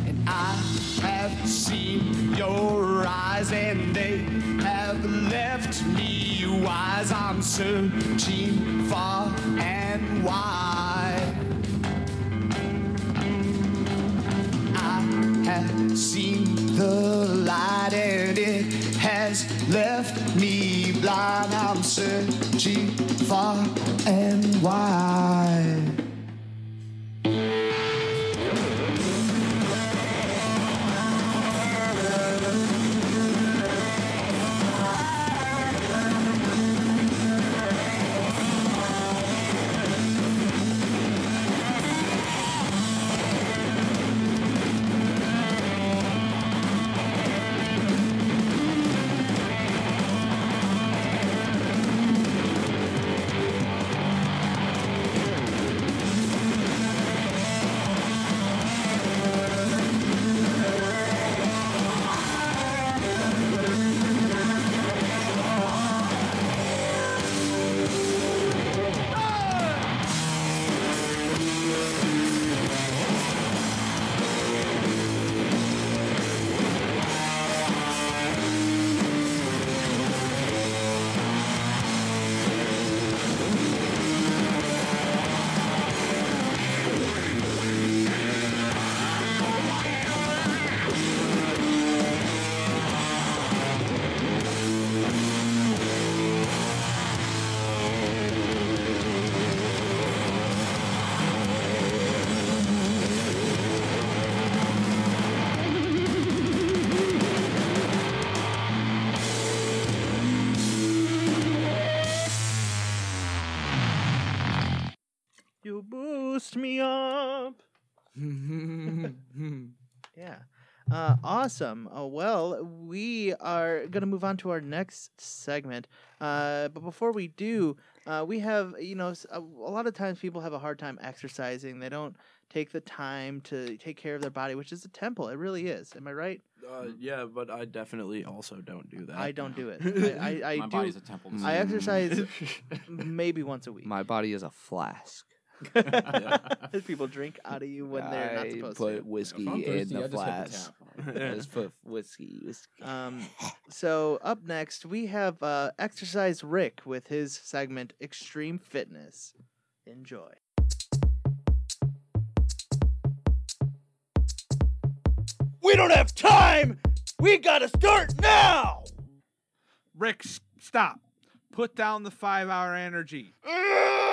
G: And I have seen your eyes and they have left me wise. I'm searching far and wide. I have seen the light and it has left me blind. I'm searching far and wide.
B: You boost me up. Yeah. Uh, awesome. Oh, well, we are going to move on to our next segment. Uh, but before we do, uh, we have, you know, s- uh, a, a lot of times people have a hard time exercising. They don't take the time to take care of their body, which is a temple. It really is. Am I right?
E: Uh, yeah, but I definitely also don't do that.
B: I don't do it. I, I, I
C: My
B: do.
C: body's a temple. to
B: I
C: sin.
B: exercise maybe once a week.
F: My body is a flask.
B: people drink out of you when they're not
F: I
B: supposed
F: put
B: to.
F: whiskey
C: If I'm
F: in
C: thirsty,
F: the
C: I just hit the
F: flask.
C: tap.
F: I just put whiskey. whiskey.
B: Um, so up next we have uh, Exercise Rick with his segment Extreme Fitness. Enjoy.
G: We don't have time. We gotta start now.
H: Rick, s- stop. Put down the five hour energy.
G: Ah,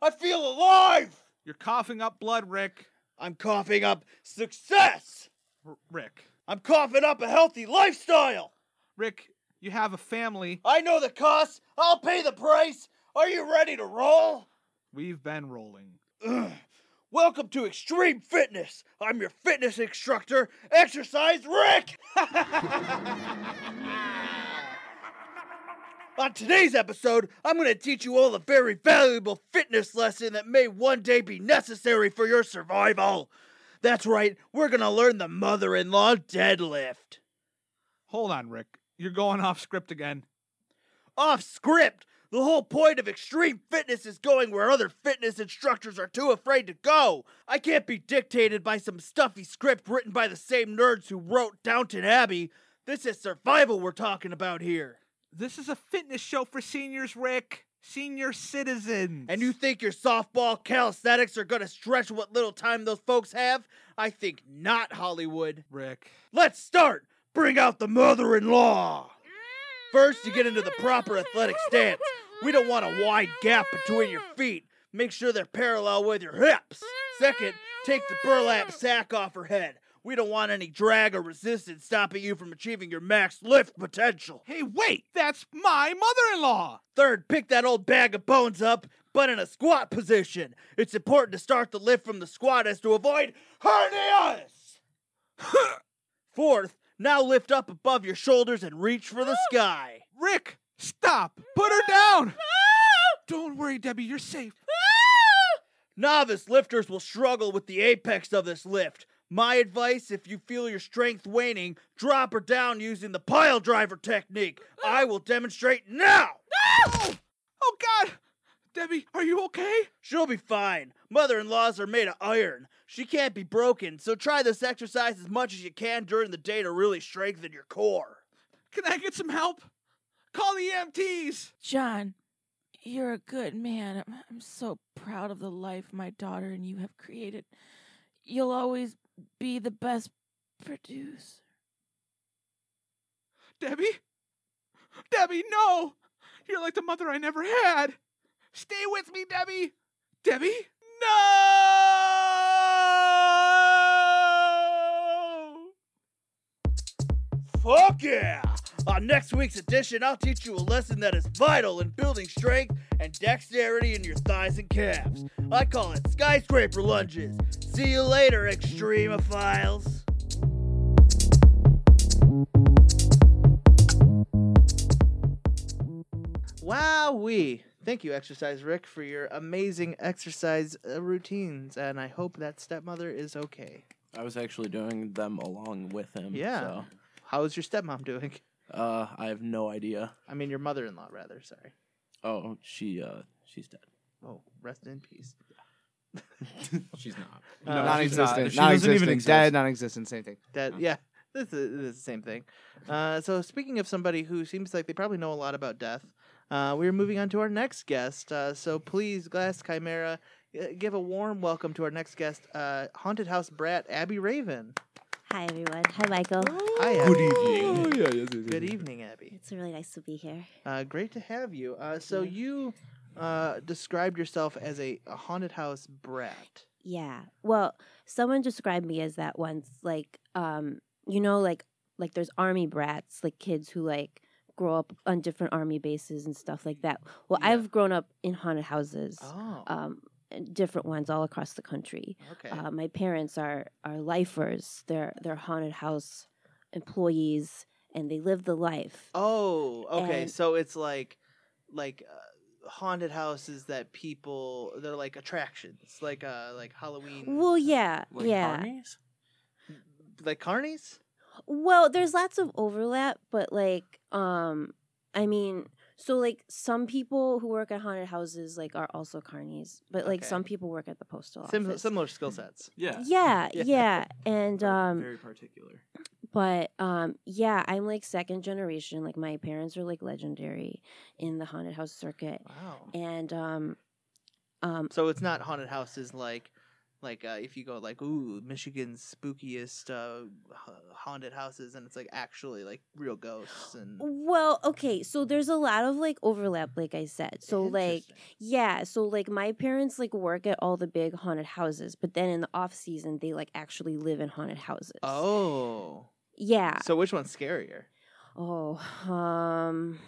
G: I feel alive.
H: You're coughing up blood, Rick.
G: I'm coughing up success.
H: R- Rick.
G: I'm coughing up a healthy lifestyle.
H: Rick, you have a family.
G: I know the cost. I'll pay the price. Are you ready to roll?
H: We've been rolling.
G: Ugh. Welcome to Extreme Fitness. I'm your fitness instructor, Exercise Rick. On today's episode, I'm going to teach you all a very valuable fitness lesson that may one day be necessary for your survival. That's right, we're going to learn the mother in law deadlift.
H: Hold on, Rick. You're going off script again.
G: off script. The whole point of extreme fitness is going where other fitness instructors are too afraid to go. I can't be dictated by some stuffy script written by the same nerds who wrote Downton Abbey. This is survival we're talking about here.
H: This is a fitness show for seniors, Rick. Senior citizens.
G: And you think your softball calisthenics are gonna stretch what little time those folks have? I think not, Hollywood.
H: Rick.
G: Let's start! Bring out the mother in law! First, you get into the proper athletic stance. We don't want a wide gap between your feet. Make sure they're parallel with your hips. Second, take the burlap sack off her head. We don't want any drag or resistance stopping you from achieving your max lift potential.
H: Hey, wait! That's my mother in law!
G: Third, pick that old bag of bones up, but in a squat position. It's important to start the lift from the squat as to avoid hernias. Fourth, now lift up above your shoulders and reach for the sky.
H: Rick, stop! Put her down! Don't worry, Debbie, you're safe.
G: Novice lifters will struggle with the apex of this lift. My advice if you feel your strength waning, drop her down using the pile driver technique. I will demonstrate now.
H: Oh, God! Debbie, are you okay?
G: She'll be fine. Mother in laws are made of iron. She can't be broken, so try this exercise as much as you can during the day to really strengthen your core.
H: Can I get some help? Call the E EMTs!
I: John, you're a good man. I'm, I'm so proud of the life my daughter and you have created. You'll always be the best producer.
H: Debbie? Debbie, no! You're like the mother I never had! Stay with me, Debbie! Debbie? No!
G: Fuck yeah! On next week's edition, I'll teach you a lesson that is vital in building strength and dexterity in your thighs and calves. I call it skyscraper lunges. See you later, extremophiles.
B: Wowee. Thank you, Exercise Rick, for your amazing exercise uh, routines. And I hope that stepmother is okay.
E: I was actually doing them along with him.
B: Yeah. How is your stepmom doing?
E: So, uh, I have no idea.
B: I mean, your mother in law, rather. Sorry.
E: Oh, she uh, she's dead.
B: Oh, rest in peace.
J: She's not.
B: Uh,
C: non-existent,
E: She doesn't even
C: non-existent,
E: exist.
C: dead, non-existent, same thing.
B: That yeah, this is, this is the same thing. Uh, so speaking of somebody who seems like they probably know a lot about death, uh, we are moving on to our next guest. Uh, so please, Glass Chimera, uh, give a warm welcome to our next guest, uh, haunted house brat Abby Raven.
K: Hi, everyone. Hi, Michael.
B: Hi, Abby.
C: Good evening.
B: Good evening, Abby.
K: It's really nice to be here.
B: Uh, great to have you. Uh, so
K: Yeah.
B: you uh, described yourself as a, a haunted house brat.
K: Yeah. Well, someone described me as that once. Like, um, you know, like like there's army brats, like kids who like grow up on different army bases and stuff like that. Well,
B: Yeah.
K: I've grown up in haunted houses,
B: Oh,
K: um, and different ones all across the country.
B: okay.
K: Uh, my parents are are lifers. They're they're haunted house employees, and they live the life.
B: Oh, okay.
K: And-
B: so it's like, like uh, haunted houses that people they're like attractions, like uh, like Halloween,
K: Well, yeah, yeah.
B: like carnies.
K: Well, there's lots of overlap, but like, um, I mean, so like some people who work at haunted houses like are also carnies, but like
B: Okay.
K: some people work at the postal
B: Sim-
K: office. Mm-hmm.
B: similar skill sets.
E: Yeah.
K: yeah,
B: Yeah.
K: yeah, and um,
E: very particular.
K: but um, yeah, I'm like second generation. Like my parents are like legendary in the haunted house circuit,
B: Wow.
K: and um, um,
B: So it's not haunted houses like Like uh, if you go like ooh Michigan's spookiest uh, ha- haunted houses, and it's like actually like real ghosts and
E: Hmm.
K: Well, okay, so there's a lot of like overlap, like I said. So like yeah, so like my parents like work at all the big haunted houses, but then in the off season they like actually live in haunted houses.
B: oh
K: Yeah.
B: So which one's scarier?
K: Oh, um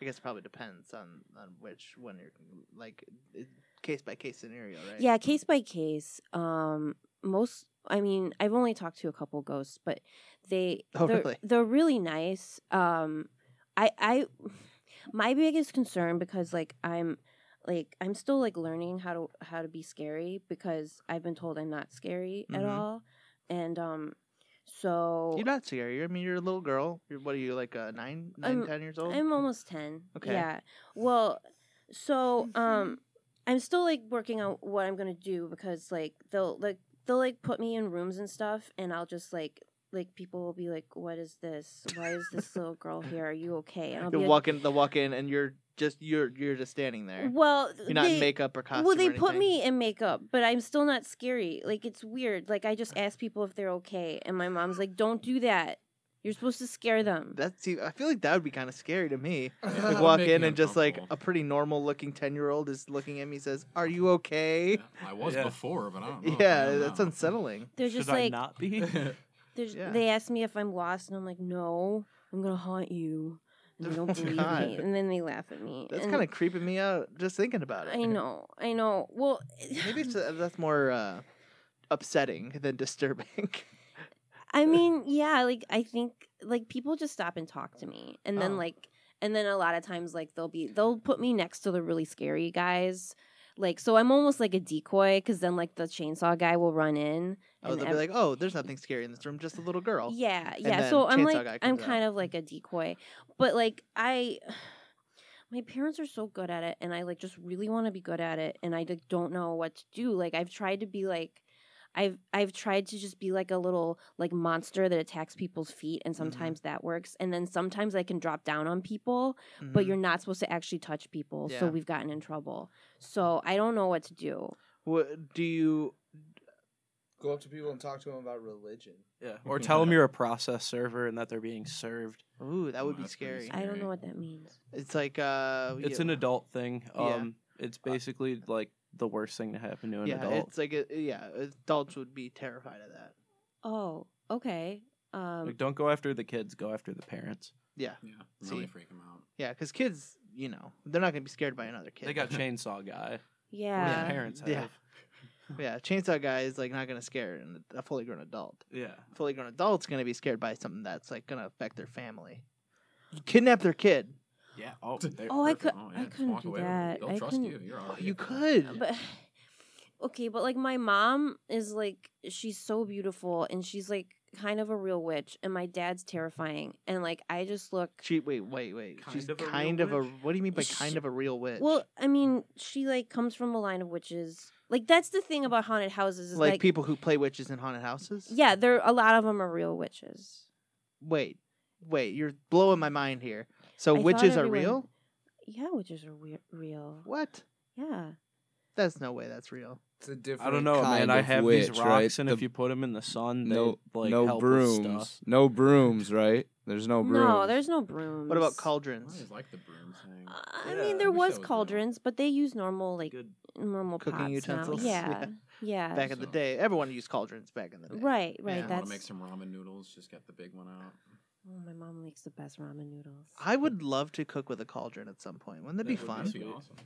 B: I guess it probably depends on on which one you're like it- case by case scenario, right?
K: yeah, case by case. Um most I mean, I've only talked to a couple ghosts, but they
B: Oh,
K: they're,
B: really?
K: they're really nice. Um I I my biggest concern because like I'm like I'm still like learning how to how to be scary because I've been told I'm not scary at
B: Mhm.
K: all. And um so
B: You're not scary. I mean, you're a little girl. You're what are you like uh, nine, nine, ten
K: I'm-
B: years old?
K: I'm almost 10.
B: Okay.
K: Yeah. Well, so um I'm still like working on what I'm going to do because like they'll like they'll like put me in rooms and stuff and I'll just like like people will be like what is this? Why is this little girl here? Are you okay? And I'll
B: You
K: be
B: walk in, the walk in, and you're just you're you're just standing there.
K: like, well,
B: you're not in
K: they-
B: makeup or costume.
K: Well,
B: or
K: they put
B: anything.
K: me in makeup, but I'm still not scary. Like it's weird. Like I just
B: Uh.
K: ask people if they're okay and my mom's like, "Don't do that. You're supposed to scare them."
B: That see, I feel like that would be kind of scary to me.
K: that
B: like
K: would
B: walk
K: make
B: in
K: me
B: and just like a pretty normal looking ten year old is looking at me, says, "Are you okay?"
C: I was
B: Yeah.
C: before, but I don't know. if I
B: Yeah,
C: am
B: that's
C: now.
B: unsettling.
K: They're just Should I like-
E: not be?
K: They're just-
B: Yeah.
K: They asked me if I'm lost, and I'm like, no, I'm gonna haunt you. And they don't
B: Oh,
K: believe
B: God.
K: me, and then they laugh at me.
B: That's
K: and
B: kind of creeping me out just thinking about it.
K: I know, I know. Well,
B: Maybe it's, uh, that's more uh, upsetting than disturbing.
K: I mean, yeah, like I think like people just stop and talk to me, and then
B: Oh.
K: like, and then a lot of times like they'll be they'll put me next to the really scary guys. Like so, I'm almost like a decoy because then like the chainsaw guy will run in.
B: oh,
K: and
B: they'll
K: ev-
B: be like, "Oh, there's nothing scary in this room, just a little girl."
K: Yeah,
B: And
K: yeah.
B: then
K: So I'm
B: Chainsaw
K: like
B: Guy
K: I'm
B: comes out.
K: kind of like a decoy. But like I my parents are so good at it and I like just really want to be good at it and I like don't know what to do. Like I've tried to be like I've I've tried to just be like a little like monster that attacks people's feet
B: Mm-hmm.
K: and sometimes that works and then sometimes I can drop down on people but
B: Mhm.
K: you're not supposed to actually touch people so
B: Yeah.
K: we've gotten in trouble. So I don't know what to do.
B: What do you?
L: Go up to people and talk to them about religion.
E: Yeah. Or tell them you're a process server and that they're being served.
B: Ooh, that would be scary.
K: I don't know what that means.
B: It's like uh,
E: It's
B: yeah.
E: an adult thing.
B: Yeah.
E: Um, it's basically like the worst thing to happen to an
B: yeah,
E: adult.
B: it's like a, yeah, adults would be terrified of that.
K: Oh, okay. Um
E: Like, don't go after the kids. Go after the parents.
B: Yeah,
C: yeah,
B: See?
C: really freak them out.
B: Yeah, because kids, you know, they're not gonna be scared by another kid.
E: They got chainsaw guy.
K: Yeah.
E: parents
B: Yeah.
E: have.
B: Yeah, chainsaw guy is like not gonna scare an- a fully grown adult.
E: Yeah.
B: A fully grown adult's gonna be scared by something that's like gonna affect their family. You kidnap their kid.
C: Yeah. Oh,
K: Oh, I could. I couldn't do that.
C: They'll
K: I
C: trust
K: couldn't.
C: you. You're
E: Oh,
C: already.
B: You could.
K: But okay, but like my mom is like she's so beautiful and she's like kind of a real witch, and my dad's terrifying, and like I just look.
B: She wait, wait, wait. She's
E: of a real
B: kind of a.
E: witch?
B: What do you mean by kind of a real witch?
K: Well, I mean, she like comes from a line of witches. Like that's the thing about haunted houses is
B: like,
K: like,
B: people who play witches in haunted houses.
K: Yeah, there a lot of them are real witches.
B: Wait, wait, you're blowing my mind here. So
K: I thought
B: witches are
K: everyone-
B: real?
K: Yeah, witches are weir- real.
B: What?
K: Yeah.
B: That's no way. That's real.
L: It's a different.
E: I don't know, man.
F: kind
E: I
F: of
E: have
F: witch,
E: these
F: right?
E: rocks, and
F: The-
E: if you put them in the sun, they
F: No,
E: like
F: no
E: help
F: brooms.
E: with stuff.
F: No brooms, right? There's no brooms.
K: No, there's no brooms.
B: What about cauldrons?
C: I like the broom thing.
K: I mean, there was cauldrons, but they use normal like normal
B: Cooking
K: pots
B: utensils?
K: Now. Yeah, yeah.
B: Back in the day, everyone used cauldrons. Back in the day,
K: Right, right.
C: want
K: That's
C: to make some ramen noodles? Just get the big one out.
K: oh, my mom makes the best ramen noodles.
B: I would love to cook with a cauldron at some point. Wouldn't that, be fun?
C: That'd be awesome.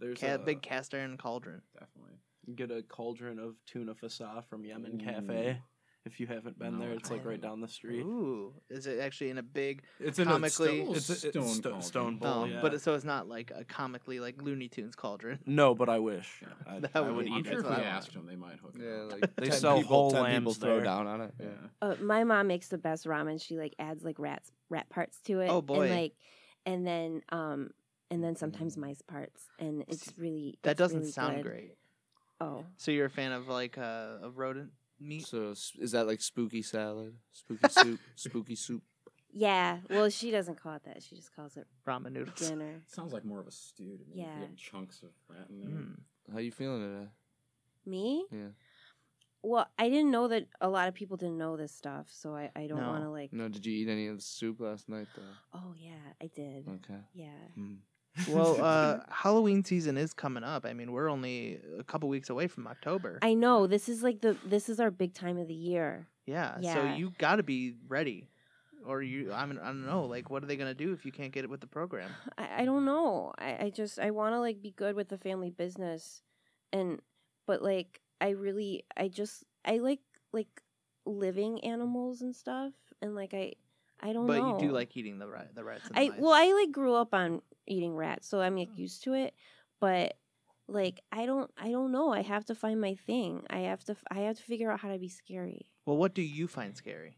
E: There's
B: Ca-
E: a
B: big cast iron cauldron.
C: Definitely.
E: get a cauldron of tuna fasa from Yemen
B: Mm.
E: Cafe. If you haven't been there, it's like right down the street.
B: Ooh, is it actually in a big?
E: It's in a
B: comically.
E: stone- it's a- it's Stone sto- cauldron. stone bowl,
B: Oh,
E: yeah.
B: But it- so it's not like a comically like Looney Tunes cauldron.
E: No, but I wish. I,
B: That
E: I
B: would
E: would
B: be
E: eat
B: good.
E: it.
C: If
B: That's
C: we
B: what I want.
C: asked them, they might hook it
F: Yeah,
C: up.
F: like
E: They
F: 10
E: sell
F: people,
E: whole
F: 10 people
E: lambs
F: throw
E: there.
F: down on it. Yeah.
K: Uh, my mom makes the best ramen. She like adds like rats rat parts to it.
F: Oh, boy.
K: And, like, and then um, and then sometimes mice parts, and it's really
B: Mm. That
K: it's
B: doesn't
K: really
B: sound
K: good.
B: great.
K: Oh,
B: So you're a fan of like uh, of rodent meat?
F: So s- is that like spooky salad, spooky soup, spooky soup?
K: yeah. Well, she doesn't call it that. She just calls it
B: Ramen noodles.
K: dinner.
C: Sounds like more of a stew to me.
K: Yeah.
B: Hmm. Mm.
C: Yeah. Chunks of rat in there.
F: How you feeling today?
K: Me?
F: Yeah.
K: Well, I didn't know that a lot of people didn't know this stuff, so I, I don't
F: No.
K: want to like.
F: No, did you eat any of the soup last night though?
K: Oh yeah, I did.
F: Okay.
K: Yeah.
F: Mm.
B: well, uh, Halloween season is coming up. I mean, we're only a couple weeks away from October.
K: I know this is like the this is our big time of the year.
B: yeah, So
K: Yeah.
B: you got to be ready, or you. I mean, I don't know. Like, what are they gonna do if you can't get it with the program?
K: I, I don't know. I, I just I want to like be good with the family business, and but like I really I just I like like living animals and stuff, and like I I don't
B: but
K: know.
B: you do like eating the rat, the Mm. rats. And
K: I
B: the mice.
K: well, I like grew up on eating rats, so I'm like used to it. But like, I don't, I don't know. I have to find my thing. I have to, f- I have to figure out how to be scary.
B: Well, what do you find scary?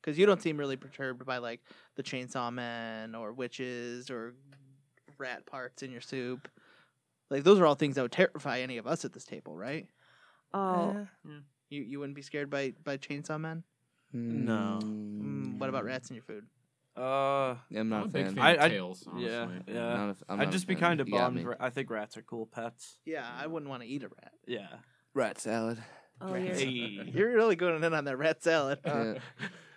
B: Because you don't seem really perturbed by like the chainsaw men or witches or rat parts in your soup. Like those are all things that would terrify any of us at this table, right?
K: Oh,
B: You you wouldn't be scared by by chainsaw men.
E: No.
B: Mm, what about rats in your food?
E: Uh,
F: Yeah, I'm not a fan.
E: I, I, Yeah,
F: honestly.
E: yeah.
F: Not a f- I'm
E: I'd
F: not a
E: just be
F: fan.
E: kind of
F: You got
E: bummed.
F: me.
E: ra- I think rats are cool pets.
B: Yeah, I wouldn't want to eat a rat.
E: Yeah.
F: Rat salad.
K: oh,
B: Rats.
K: you're,
E: Hey.
B: You're really going in on that rat salad. huh?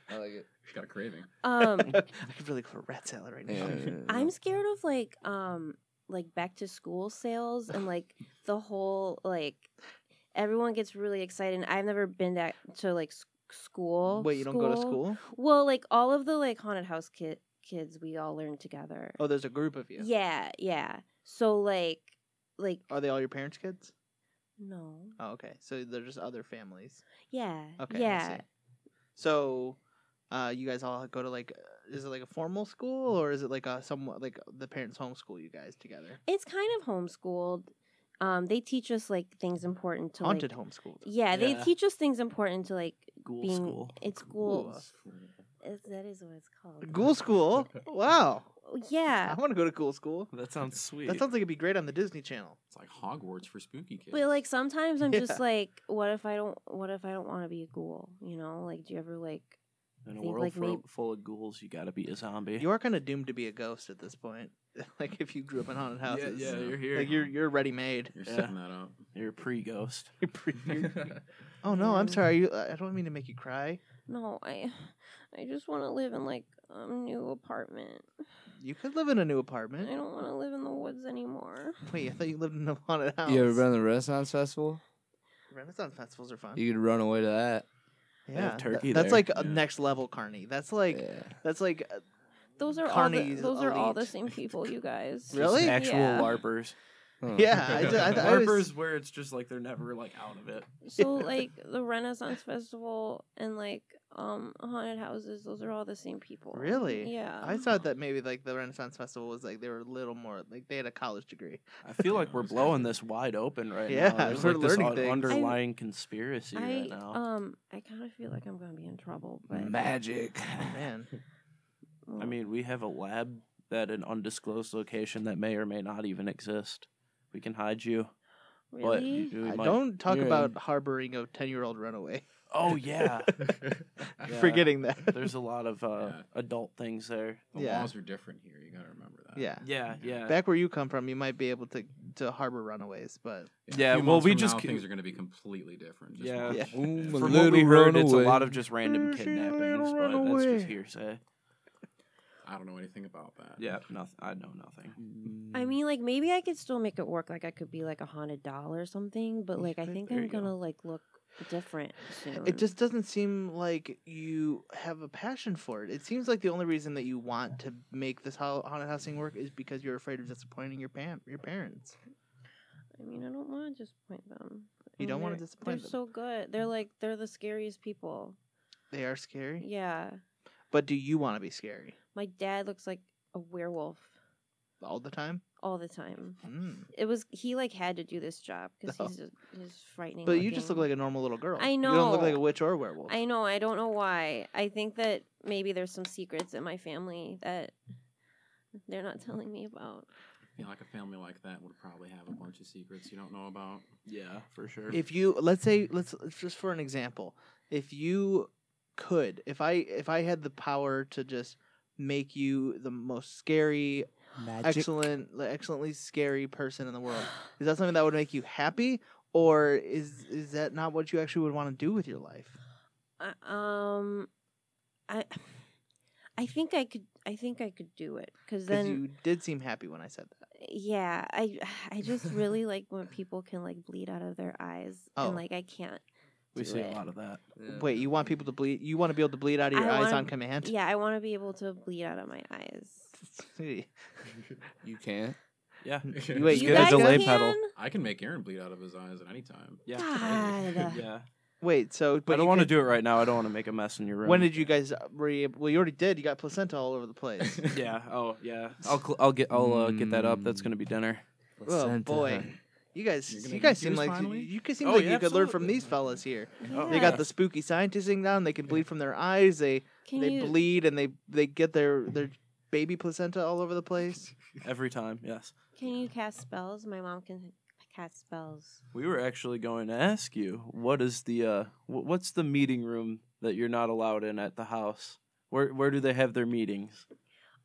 F: I like it.
C: She's got a craving.
K: um,
B: I could really go for rat salad right now.
K: I'm scared of like, um, like back to school sales and like the whole like everyone gets really excited. and I've never been that to like s- school.
B: Wait, you don't go to school?
K: Well, like all of the like haunted house ki- kids, we all learned together.
B: Oh, there's a group of you.
K: Yeah, yeah. So like like
B: Are they all your parents' kids?
K: no.
B: Oh, okay. So they're just other families.
K: Yeah.
B: Okay. I
K: Yeah.
B: see. So, uh, you guys all go to like, uh, is it like a formal school or is it like a somewhat like the parents homeschool you guys together?
K: It's kind of homeschooled. Um they teach us like things important to
B: Haunted
K: like,
B: homeschool.
K: Yeah, they
E: Yeah.
K: teach us things important to like
E: Ghoul
K: being
E: school.
K: it's
B: Ghoul
K: ghouls. It's, that is what it's called. Oh,
B: Ghoul school. Wow. I
K: Yeah.
B: want to go to ghoul school.
E: That sounds sweet.
B: That sounds like it'd be great on the Disney Channel.
C: It's like Hogwarts for spooky kids.
K: But like sometimes I'm
B: Yeah.
K: just like, what if I don't what if I don't want to be a ghoul? You know? Like do you ever like
E: In a
K: think,
E: world
K: like,
E: full,
K: maybe-
E: full of ghouls, you gotta be a zombie.
B: You are kind of doomed to be a ghost at this point. like if you grew up in haunted
E: Yeah,
B: houses.
E: yeah, you're here.
B: Like you're you're ready made.
C: You're
E: Yeah.
C: setting that up.
E: You're pre-ghost.
B: Oh no, I'm
K: Yeah.
B: sorry. You, I don't mean to make you cry.
K: no, I I just want to live in like a new apartment.
B: You could live in a new
K: I
B: apartment.
K: don't want to live in the woods anymore.
B: Wait, I thought you lived in a haunted house.
F: You ever been to the Renaissance Festival?
B: Renaissance festivals are fun.
F: You could run away to that.
E: have
B: yeah, tha-
E: turkey
B: that's
E: there.
B: like a
C: Yeah.
B: next level carny. That's like
F: Yeah.
B: that's like uh,
K: Those are all the,
B: Carney's
K: those are all the
B: elite.
K: same people, you guys.
B: really
E: Actual
K: Yeah.
E: larpers.
F: Huh.
B: yeah. I, ju- I, th- I
E: larpers
B: always-
E: where it's just like they're never like out of it.
K: So like the Renaissance Festival and like um haunted houses, those are all the same people.
B: Really?
K: Yeah.
B: I thought that maybe like the Renaissance festival was like they were a little more like they had a college degree.
E: I feel like we're blowing this wide open right
B: Yeah,
E: now. There's
B: we're
E: like this
B: learning
E: un-
B: things.
E: underlying conspiracy
K: I
E: right now.
K: um I kind of feel like I'm gonna be in trouble, but
F: Magic.
B: Oh, Man,
E: I mean, we have a lab at an undisclosed location that may or may not even exist. We can hide you, but
K: really?
E: you- we
B: I
E: might-
B: don't talk
E: you're
B: about
E: in.
B: harboring a ten year old runaway.
E: Oh yeah, Yeah.
B: Forgetting that.
E: There's a lot of uh,
C: Yeah.
E: adult things there.
C: The
B: Yeah.
C: laws are different here. You gotta remember that.
B: yeah.
E: Yeah, yeah.
B: Back where you come from, you might be able to to harbor runaways, but
E: Yeah,
C: a few
E: well,
C: months
E: we
C: from
E: just
C: now,
E: c-
C: things are gonna be completely different. Just
E: Yeah.
C: watch.
B: Yeah.
F: Ooh, my
E: From
F: little
E: what we heard, it's a
F: runaway.
E: lot of just random
B: Where's your little
E: kidnappings, but that's
B: runaway?
E: just hearsay.
C: I don't know anything about that.
E: Yeah, nothing. I know nothing.
K: I
B: Mm.
F: Mm,
K: mean, like maybe I could still make it work. Like I could be like a haunted doll or something, but like I think
E: There
K: I'm
E: you go.
K: gonna like look different soon.
B: it just doesn't seem like you have a passion for it. It seems like the only reason that you want to make this hol- haunted house thing work is because you're afraid of disappointing your pam- your parents.
K: I mean, I don't want to disappoint them.
B: You
K: I mean,
B: don't wanna
K: they're-
B: disappoint
K: They're
B: them. Mm.
K: so good. They're like they're the scariest people.
B: They are scary,
K: Yeah,
B: but do you want to be scary
K: my dad looks like a werewolf
B: all the time?
K: all the time.
B: Mm.
K: It was he like had to do this job because
B: Oh.
K: he's just, he's frightening.
B: But you just look
K: looking.
B: like a normal little girl.
K: I
B: You don't look like
K: know.
B: a witch or a werewolf.
K: I know. I don't know why. I think that maybe there's some secrets in my family that they're not telling me about.
C: I feel like a family like that would probably have a bunch of secrets you don't know about.
E: Yeah, for sure.
B: If you let's say let's just for an example, if you could, if I if I had the power to just make you the most scary excellent, excellently scary person in the world. Is that something that would make you happy, or is is that not what you actually would want to do with your life?
K: I- um, I, I think I could. I think I could do it
B: Because
K: because then
B: you did seem happy when I said that.
K: yeah i i just really like when people can like bleed out of their eyes
B: Oh.
K: and like i can't do it.
E: of that.
B: Wait, you want people to bleed? You want to be able to bleed out of your
K: I
B: eyes
K: wanna-
B: on command?
K: yeah i want to be able to bleed out of my eyes
F: You can't.
E: Yeah.
B: Wait, you guys can?
C: I can make Aaron bleed out of his eyes at any time.
E: Yeah.
K: God.
E: yeah.
B: Wait, so but
E: I don't
B: you
E: want to
B: could-
E: do it right now. I don't want to make a mess in your room.
B: When did you guys? uh, Were you, well, you already did. You got placenta all over the place.
E: yeah. Oh, yeah. I'll cl- I'll get I'll uh, get that up. That's
B: Mm.
E: gonna be dinner.
B: oh boy, you guys,
E: gonna
B: you guys
E: do
B: seem
E: this
B: like
E: finally?
B: you guys seem
E: Oh,
B: like
E: yeah,
B: you could learn from
E: absolutely.
B: these fellas here.
K: Oh,
B: They
K: yeah.
B: got the spooky scientisting down. They can bleed from their eyes. They
K: Can
B: they
K: you-
B: bleed and they they get their their baby placenta all over the place.
E: Every time. Yes.
K: can you cast spells my mom can cast spells
E: We were actually going to ask you what is the uh wh- what's the meeting room that you're not allowed in at the house? Where where do they have their meetings?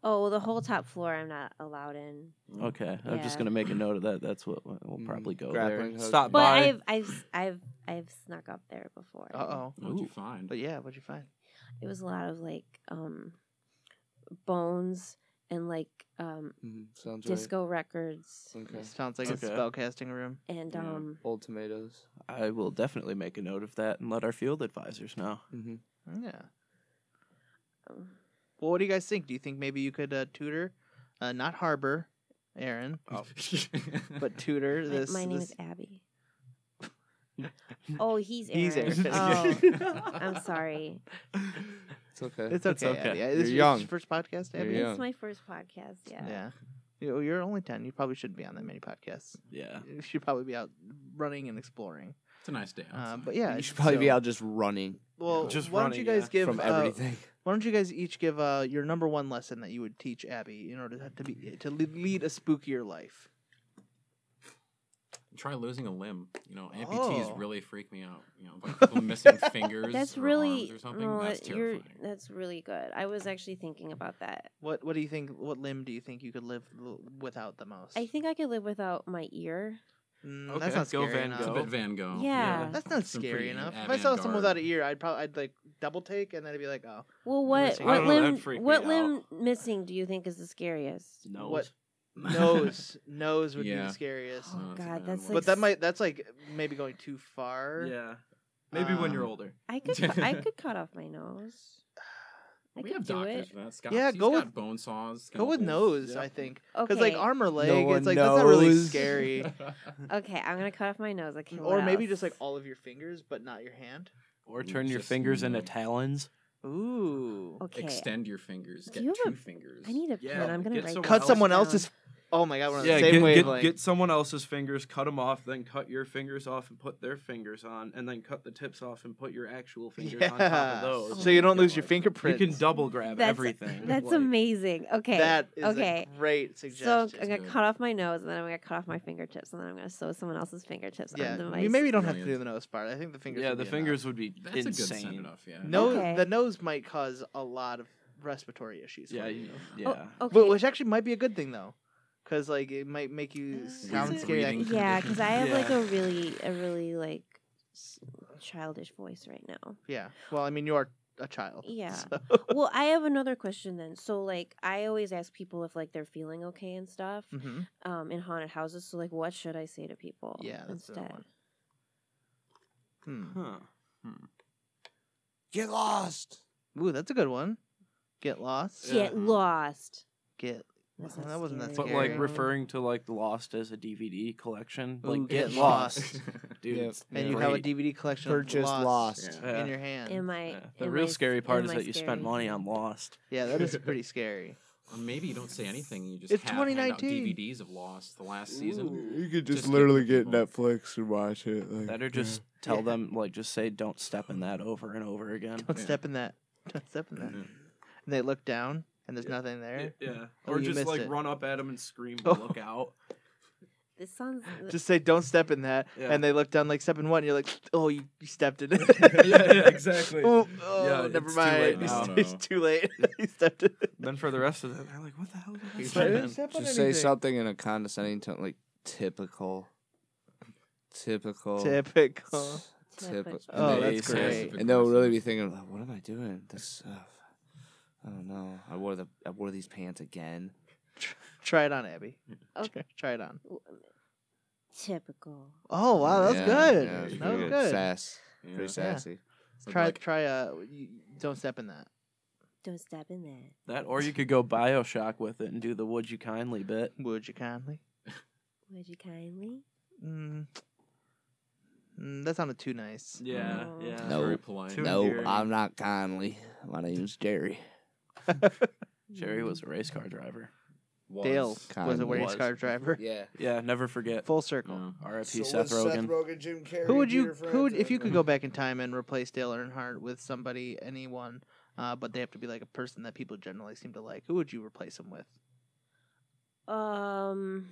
K: oh the whole top floor i'm not allowed in
F: Mm.
E: Okay, I'm
K: Yeah.
E: just gonna make a note of that. That's what we'll we'll probably go
F: Mm-hmm. grappling
E: there.
F: hook.
E: Stop
K: but
E: by.
K: i've i've i've i've snuck up there before
B: Uh oh.
C: What'd you
E: Ooh.
C: find?
B: But yeah, what'd you find?
K: it was a lot of like um bones and like um
F: Mhm, sounds right.
K: disco records
F: Okay.
B: It sounds like it's a
E: Okay.
B: spellcasting room.
K: and
F: Yeah.
K: um
F: Old tomatoes.
E: I will definitely make a note of that and let our field advisors know.
F: Mm-hmm.
B: Oh, Yeah.
K: um,
B: Well, what do you guys think? Do you think maybe you could uh, tutor, uh, not harbor, Aaron,
E: Oh.
B: but tutor
K: my-
B: this?
K: my, name
B: this-
K: is abby oh he's Aaron.
B: He's Aaron.
K: Oh, i'm sorry
F: It's okay.
B: It's okay.
E: okay.
B: Abby.
F: You're
B: This is
F: young.
B: your first podcast,
F: You're
B: Abby.
F: young.
K: It's my first podcast. Yeah.
B: Yeah. You- You're only 10. You probably shouldn't be on that many podcasts.
E: Yeah.
B: You should probably be out running and exploring.
C: It's a nice day.
B: Uh,
C: outside.
B: but yeah.
F: You should probably be
B: so-
F: out just running
B: Well,
E: Just
B: why don't
E: running,
B: you guys
E: yeah,
B: give.
F: from
B: uh,
F: everything.
B: why don't you guys each give uh, your number one lesson that you would teach Abby in order to, to, be, to le- lead a spookier life?
C: Try losing a limb. You know, amputees
B: Oh.
C: really freak me out. You know, like people missing fingers
K: That's
C: or
K: really
C: arms or something.
K: no,
C: That's
K: that- you're,
C: terrifying.
K: that's really good. I was actually thinking about that.
B: What What do you think? What limb do you think you could live l- without the most?
K: I think I could live without my ear.
B: Mm,
E: Okay,
B: That's not
E: go
B: scary
E: Van
B: enough.
C: It's a
E: Gogh.
C: bit Van Gogh.
K: Yeah.
B: That's not
C: Some
B: scary
C: pretty
B: enough. If I saw someone
C: avant-garde-
B: without an ear, I'd probably I'd like double take and then I'd be like, oh,
K: Well,
B: Let's
K: what
B: see. I
K: what
E: don't know, that'd
K: limb
E: freak me
K: what
E: out.
K: limb missing do you think is the scariest?
E: Nose.
B: What? nose, nose would be
C: Yeah.
B: the scariest.
K: Oh,
C: No, it's a
K: God,
C: bad
K: that's
C: one.
K: like
B: But that might that's like maybe going too far.
E: Yeah. Maybe when you're
B: Um,
E: older.
K: I could cu- I could cut off my nose. I
C: we
K: could
C: have
K: do
C: doctors
K: it.
C: for that. Scott's,
B: Yeah,
C: he's
B: go
C: got
B: with-
C: bone saws.
B: Go with
C: scalpels.
B: nose,
E: yeah.
B: I think,
K: Okay.
B: because like arm or leg,
F: one
B: it's like that's not really
F: knows.
B: scary.
K: okay, I'm gonna cut off my nose. Okay.
B: or
K: what
B: maybe
K: else?
B: just like all of your fingers, but not your hand.
E: Or
C: Mm,
E: turn your
C: just
E: fingers into
C: nose.
E: talons.
B: Ooh.
K: Okay.
C: Extend your fingers.
K: Do
C: Get
K: you
C: two
K: have a-
C: fingers.
K: I need a pen.
E: Yeah,
K: I'm gonna
E: get
K: write
E: someone
K: this
B: Cut
E: else
B: someone
K: down.
B: else's. Oh my god, we're on
E: Yeah,
B: the same
E: get, get,
B: wavelength.
E: get someone else's fingers, cut them off, then cut your fingers off and put their fingers on, and then cut the tips off and put your actual fingers on top
B: yeah.
E: of those.
B: So you don't lose your
E: You
B: fingerprints.
E: can double grab
K: That's-
E: everything.
K: That's
E: like-
K: amazing. Okay.
B: That is
K: okay.
B: a great
K: So
B: suggestion.
K: I'm gonna
C: good.
K: cut off my nose, and then I'm gonna cut off my fingertips, and then I'm gonna sew someone else's fingertips
B: yeah,
K: onto my.
B: you maybe don't have to do
C: Brilliant.
B: the nose part. I think the fingers.
E: Yeah,
B: would
E: the
B: be enough.
E: fingers would be
C: That's a good
E: insane.
C: send enough. Yeah.
B: No,
K: Okay.
B: the nose might cause a lot of respiratory issues.
E: Yeah,
B: for
E: you,
B: you.
E: yeah.
K: Oh, okay.
B: But which actually might be a good thing though, because like it might make you
K: Uh,
B: sound
K: Weird
B: scary.
C: breathing.
B: Like,
K: yeah, because I have
E: Yeah.
K: like a really, a really like s- childish voice right now.
B: yeah. Well, I mean, you are a child.
K: Yeah.
B: so-
K: Well, I have another question then. So like, I always ask people if like they're feeling okay and stuff,
B: Mhm.
K: um, in haunted houses. So like, what should I say to people?
B: Yeah, that's the
K: instead.
B: one. Hmm.
E: Huh.
F: Get lost.
B: Ooh, that's a good one. Get lost.
E: Yeah.
K: Get lost.
B: Get.
K: That's
B: Well,
K: not
B: that wasn't that
K: scary.
E: But
B: scary.
E: like referring to like Lost as a DVD collection,
B: Ooh,
E: like
B: get
E: get lost, dude.
F: Yep.
E: it's
B: and you have a
E: great.
B: DVD collection of
F: Purchase
B: lost,
F: lost.
C: Yeah.
E: Yeah.
B: in your hand.
K: Am I?
E: Yeah. The
K: am
E: real
K: I s-
E: scary part
K: am
E: is
K: I
E: that you spent
K: scary?
E: money on Lost.
B: yeah, that is pretty scary.
C: Or maybe you don't say anything. You just
B: It's
C: have, hand out
B: 2019.
C: DVDs of Lost the last season.
F: You could
C: just Just get literally get people.
F: Netflix and watch it. Like,
E: Better just tell them like just say don't step in that over and over again.
B: Don't step in that. Don't step in that.
C: Yeah.
B: And they look down, and there's nothing there.
E: Mm-hmm. Yeah.
B: Oh,
E: Or
B: you
E: just
B: missed
E: like
B: it.
E: run up at him and scream,
B: Oh.
E: look out.
K: This sounds. uh,
B: Just say, "Don't step in that,"
E: Yeah.
B: and they look down like step in one. And you're like, "Oh, you, you stepped in it."
E: yeah, yeah, exactly.
B: Oh, oh,
E: Yeah,
B: never
E: it's too late
B: mind.
C: now.
B: It's it's too late. he stepped in. it.
E: then for the rest of it, they're like, what the hell
B: He
E: did I
B: said,
E: say?
B: "Don't step on
F: Just say
B: anything."
F: something in a condescending tone, like typical. Typical.
B: Typical.
F: Typical.
B: Oh,
F: And they-
B: that's great.
F: And they'll really be thinking, like, what am I doing? This stuff. I don't know. I wore the I wore these pants again.
B: Try it on, Abby.
K: Okay.
B: Try it on.
K: Typical.
B: Oh wow, that's
F: Yeah,
B: good.
F: yeah, it's
B: that was
F: pretty
B: good.
F: good. Sass. Pretty
B: Yeah.
F: sassy.
E: It's
B: Try
E: like-
B: try uh, you, don't step in that.
K: Don't step in that.
E: That, or you could go Bioshock with it and do the "Would you kindly" bit.
B: Would you kindly?
K: Would you kindly?
B: Mm. Mm, that sounded too nice.
E: Yeah, Oh. yeah.
F: No,
E: Very polite. Too
F: no,
E: endearing.
F: I'm not kindly. My name's Jerry.
E: Jerry was a race car driver.
B: Dale was
F: Kindly.
B: a race
E: Was.
B: car driver.
F: Yeah.
E: Yeah, never forget.
B: Full circle.
E: R.I.P.
M: So
E: Seth
M: was Seth
E: Rogen.
M: Rogen, Jim Carrey.
B: Who would you?
M: Peter
B: Who would,
M: Frampton.
B: if you could go back in time and replace Dale Earnhardt with somebody, anyone, uh, but they have to be like a person that people generally seem to like. Who would you replace him with?
K: Um.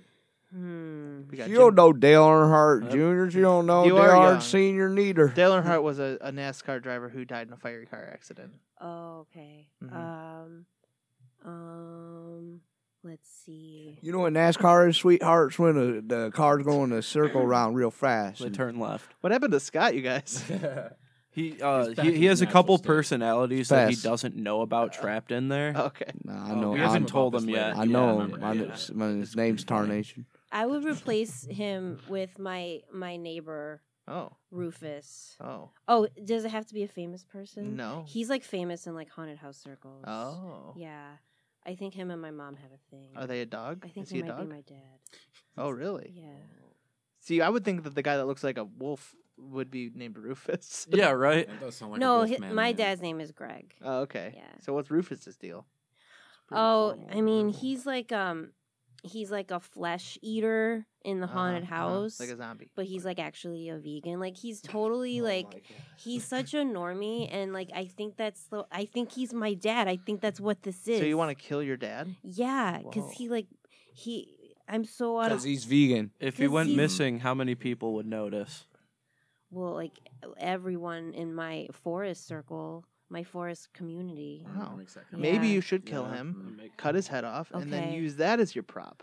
K: Hmm.
B: We got
F: you
B: Jim-
F: don't know Dale
E: Uh,
F: Earnhardt Jr. You don't know
B: You
F: Dale
B: are young.
F: Earnhardt Senior neither.
B: Dale Earnhardt was a, a NASCAR driver who died in a fiery car accident.
K: Oh, okay.
E: Mm-hmm.
B: Mhm.
K: Um. Um. Let's see.
F: You know what NASCAR is, sweethearts, when the, the car's going a circle around real fast.
E: They turn left.
B: What happened to Scott, you guys?
E: He uh,
F: He's back
E: he,
F: in
E: he has
F: his
E: a
F: natural
E: couple
F: state.
E: personalities that he
F: Fast.
E: doesn't know about trapped in there.
B: Okay.
F: No, I know.
E: we
F: I
E: haven't Oh, told him yet.
F: I
E: Yeah,
F: know
E: remember,
F: him. My,
E: yeah.
F: name's- my, his name's Tarnation.
K: I would replace him with my my neighbor
B: Oh.
E: Mm-hmm.
K: Rufus.
B: Oh.
K: Oh, does it have to be a famous person?
B: No.
K: He's like famous in like haunted house circles.
B: Oh.
K: Yeah. I think him and my mom have a thing.
B: Are they a dog?
K: I think
B: Is
K: he,
B: he a
K: might
B: dog?
K: be my dad.
B: Oh, really?
K: Yeah.
B: See, I would think that the guy that looks like a wolf would be named Rufus.
E: Yeah, right.
C: That does sound
K: no, hi- my dad's name is Greg.
B: Oh, okay.
K: Yeah.
B: So what's Rufus's deal?
K: Oh, I mean, he's like um he's like a flesh eater in the
B: Uh-huh,
K: haunted
B: uh-huh,
K: house.
B: like a zombie. Oh
K: But he's like actually a vegan. Like he's totally like he's such a normie and like I think that's the I think he's my dad. I think that's what this is.
B: So you want to kill your dad?
K: Yeah, cuz
B: Whoa.
K: he like he I'm so out
F: Because
K: of
F: he's vegan.
E: If he
K: 'Cause
E: went
K: he's-
E: missing, how many people would notice?
K: well like everyone in my forest circle, my forest community.
B: Wow.
K: Yeah.
B: Maybe you should kill
C: Yeah.
B: him, cut his head off, and then
K: Okay.
B: use that as your prop.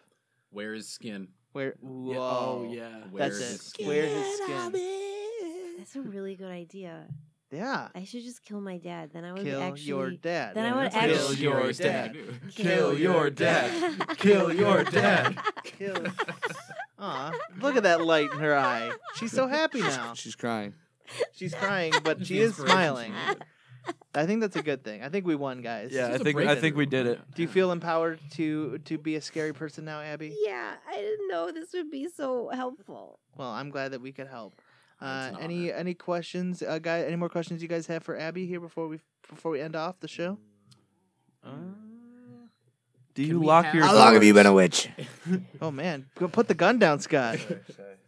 C: Where is skin?
B: Where?
C: Yeah,
B: Whoa.
E: oh, yeah.
B: That's
C: Where's
B: it.
C: his skin?
B: Where's his skin?
K: That's a really good idea.
B: Yeah.
K: I should just kill my dad. Then I would
B: Kill
K: actually
B: your dad.
K: Then I would
B: Kill
K: actually
B: your
C: Scariest thing
B: dad.
C: you could do.
B: Kill your dad. Kill your dad. Kill. Aw, look at that light in her eye. She's so happy now.
F: She's crying.
B: She's crying, but she
C: The
B: is
C: inspiration she
B: smiling. I think that's a good thing. I think we won, guys.
E: Yeah, I think I think we did it.
B: Do you feel empowered to to be a scary person now, Abby?
K: Yeah, I didn't know this would be so helpful.
B: Well, I'm glad that we could help.
C: It's
B: Uh,
C: an honor.
B: any any questions, uh, guy? Any more questions you guys have for Abby here before we before we end off the show?
E: Do you
C: Can we
E: lock
C: have-
E: your?
F: How long have you
E: doors?
F: been a witch?
B: Oh man, go put the gun down, Scott.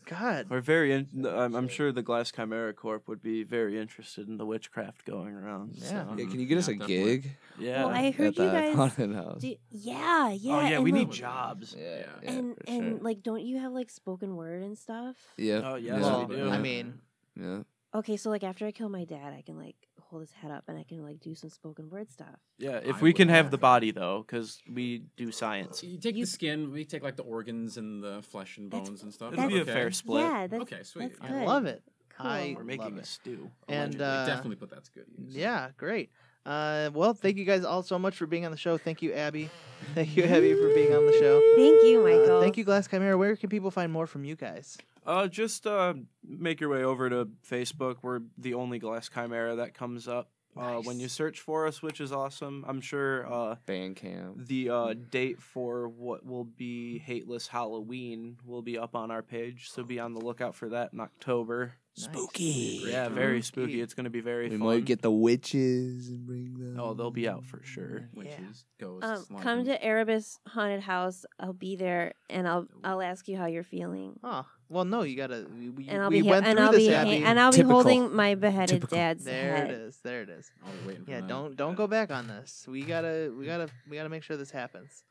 B: God,
E: We're very. In, I'm, I'm sure the Glass Chimera Corp would be very interested in the witchcraft going around.
B: Yeah.
E: so-
F: Yeah, can you get us a gig?
E: Yeah.
K: Well, I heard
F: At
K: you
F: the
K: guys.
F: haunted house.
K: Do, yeah, yeah.
E: oh yeah,
K: and
E: we
K: like,
E: need jobs.
F: Yeah. yeah,
K: and
F: for
K: and
F: sure.
K: like, don't you have like spoken word and stuff?
F: yeah.
E: Oh, yes,
F: yeah.
E: we
B: Well,
E: do.
B: I mean,
F: Yeah.
K: Okay, so like after I kill my dad, I can like hold his head up and I can like do some spoken word stuff.
E: Yeah, if
C: I
E: we
C: would
E: can have
C: love
E: the
C: that.
E: body though, because we do science.
C: You take the skin. We take like the organs and the flesh and
K: That's-
C: bones and stuff.
E: It'll be a
C: Okay.
E: fair split.
K: Yeah, that's
C: Okay, sweet.
K: That's
C: I
K: good.
B: I love it.
K: Cool.
B: I
E: We're
B: love
E: making a
B: it.
E: stew.
B: And
C: Allegedly.
B: uh,
C: definitely put that to good use.
B: Yeah, great. Uh, well, thank you guys all so much for being on the show. Thank you, Abby. Thank you, Abby, for being on the show.
K: Thank you,
B: Uh,
K: Michael.
B: thank you, Glass Chimera. Where can people find more from you guys?
E: Uh, just uh, make your way over to Facebook. We're the only Glass Chimera that comes up uh, when
B: Nice.
E: you search for us, which is awesome. I'm sure uh,
F: Band camp.
E: the uh, date for what will be Hateless Halloween will be up on our page, so be on the lookout for that in October.
B: Spooky.
E: Yeah, very spooky. It's going to be very
F: We
E: fun.
F: might get the witches and bring them.
E: Oh, they'll be out for
F: Hmm.
E: sure.
C: Witches,
K: Um,
C: ghosts,
K: come
C: lichens.
K: to Erebus Haunted House. I'll be there, and I'll I'll ask you how you're feeling.
B: Oh, well, no, you gotta. We, we,
K: And I'll
B: we
K: be ha-
B: went
K: and
B: through
K: I'll
B: this,
K: be ha-
B: Abby.
K: and I'll be
F: Typical.
K: holding my beheaded
F: Typical.
K: dad's
B: there
K: head.
B: it is. There it is.
C: I'll be waiting for
B: Yeah,
C: that.
B: don't don't go back on this. We gotta we gotta we gotta make sure this happens.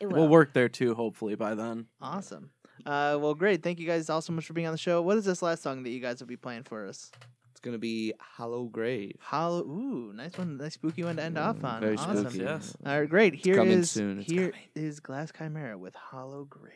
K: It will.
E: We'll work there too, hopefully by then.
B: Awesome. Uh, well, great. Thank you guys all so much for being on the show. What is this last song that you guys will be playing for us?
F: It's gonna be Hollow Grave.
B: Hollow. Ooh, nice one. Nice spooky one to end off on.
F: Mm, Very
B: awesome.
F: spooky.
E: Yes.
B: All right, great. Here is
F: coming soon. It's
B: here is Glass Chimera with Hollow Grave.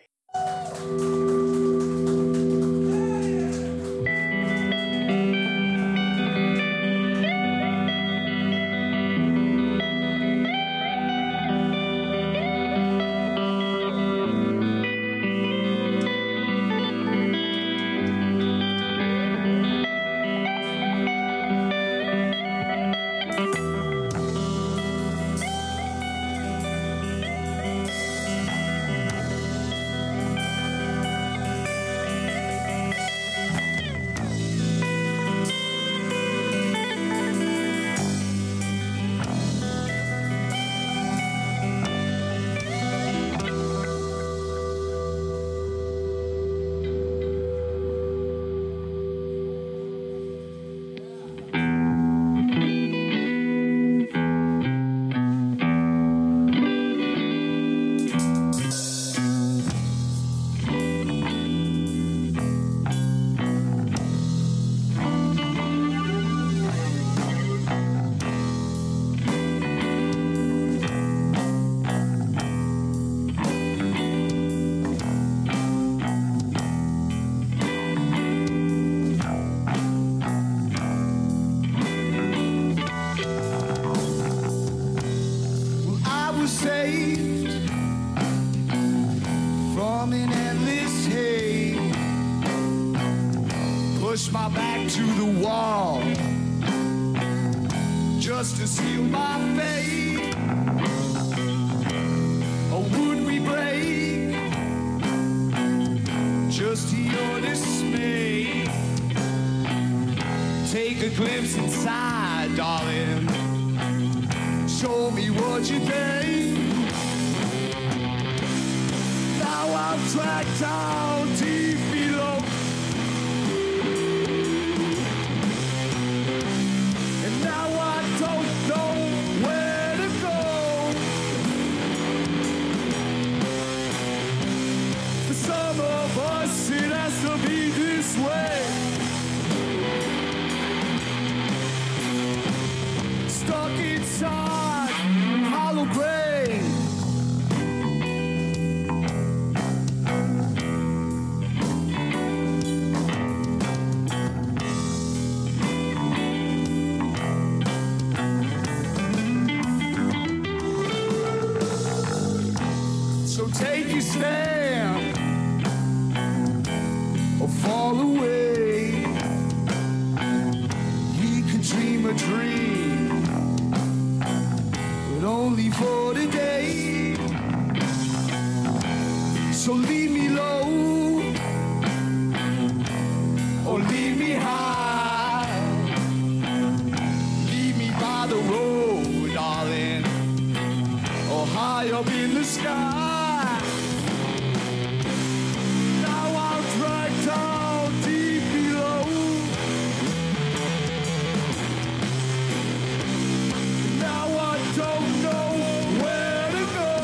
G: saved from an endless hate. Push my back to the wall just to seal my fate. Or would we break just to your dismay? Take a glimpse inside, darling. Show me what you think. Now I'm tracked down deep below. And now I don't know where to go. For some of us, it has to be this way. Stuck inside hollow grave. So take your stand or fall away. We can dream a dream, but only for today. So leave me low or leave me high. Leave me by the road, darling or high up in the sky. Now I'm dragged down deep below. Now I don't know where to go.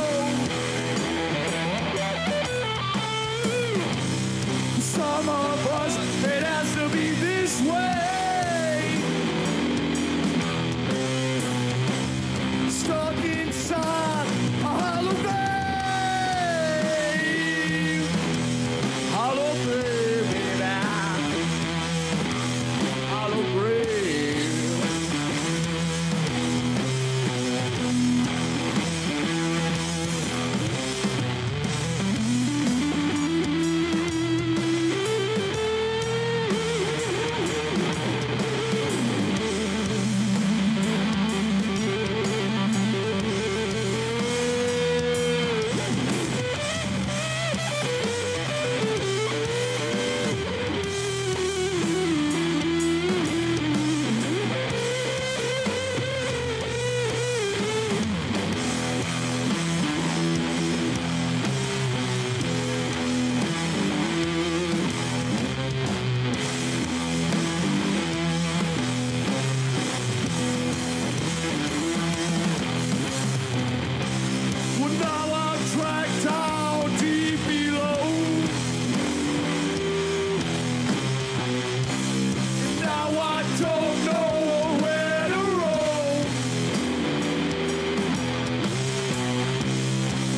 G: Some of us, it has to be this way stuck inside a hollow grave. Hollow grave, baby. Hollow grave. Well, now I'm dragged down deep below. And now I don't know where to roll.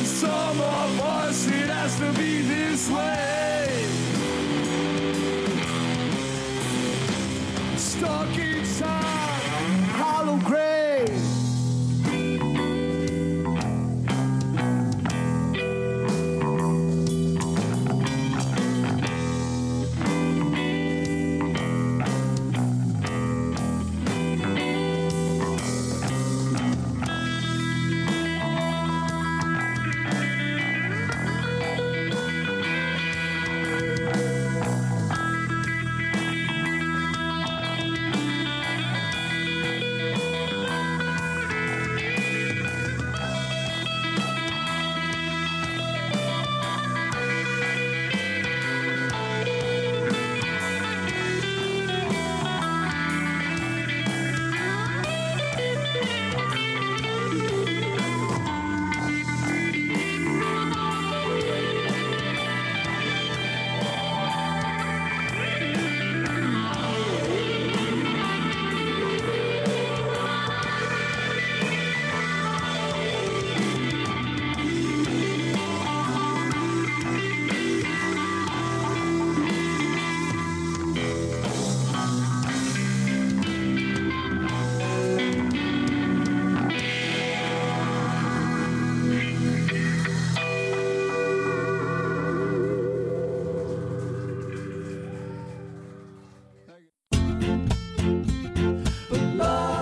G: Some of us, it has to be this way. Stuck inside hollow grave.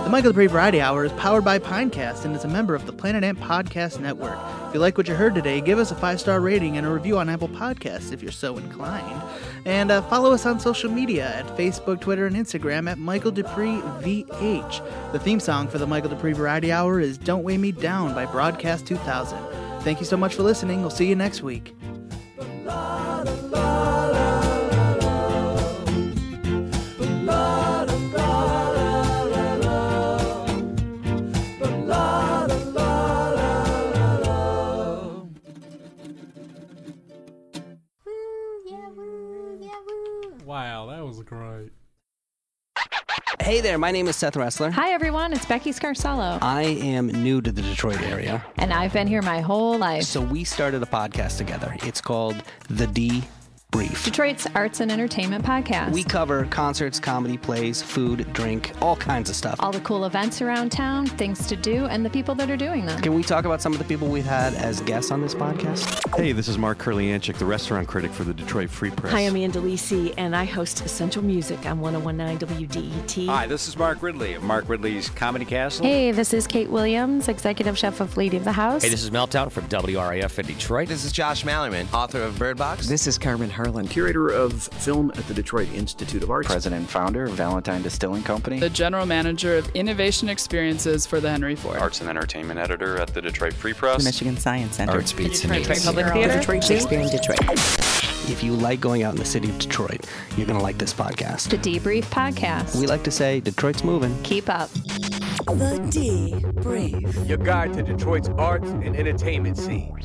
B: Michael Dupree Variety Hour is powered by Pinecast and is a member of the Planet Ant Podcast Network. If you like what you heard today, give us a five star rating and a review on Apple Podcasts if you're so inclined. And uh, follow us on social media at Facebook, Twitter, and Instagram at Michael Dupree VH. The theme song for the Michael Dupree Variety Hour is Don't Weigh Me Down by Broadcast 2000. Thank you so much for listening. We'll see you next week.
N: Wow, that was great.
G: Hey there, my name is Seth Ressler.
K: Hi, everyone. It's Becky Scarsello.
G: I am new to the Detroit area.
K: And I've been here my whole life.
G: So we started a podcast together. It's called The D Brief.
K: Detroit's arts and entertainment podcast.
G: We cover concerts, comedy, plays, food, drink, all kinds of stuff.
K: all the cool events around town, things to do, and the people that are doing them.
G: Can we talk about some of the people we've had as guests on this podcast?
O: Hey, this is Mark Kurlianchik, the restaurant critic for the Detroit Free Press.
P: Hi, I'm Ann DeLisi, and I host Essential Music on 1019 WDET.
Q: Hi, this is Mark Ridley of Mark Ridley's Comedy Castle.
R: Hey, this is Kate Williams, executive chef of Lady of the House.
S: Hey, this is Meltdown from WRAF in Detroit. This is Josh Mallerman, author of Bird Box.
T: This is Carmen Harlan, curator of film at the Detroit Institute of Arts, president and founder of Valentine Distilling Company.
U: the general manager of innovation experiences for the Henry Ford.
F: Arts and Entertainment Editor at the Detroit Free Press.
V: The Michigan Science Center.
F: Arts Beats and Detroit
V: Public Theater. Detroit Shakespeare in Detroit.
G: If you like going out in the city of Detroit, you're going to like this podcast.
K: The Debrief Podcast.
G: We like to say Detroit's moving.
K: Keep up.
W: The D Brief.
X: Your guide to Detroit's arts and entertainment scene.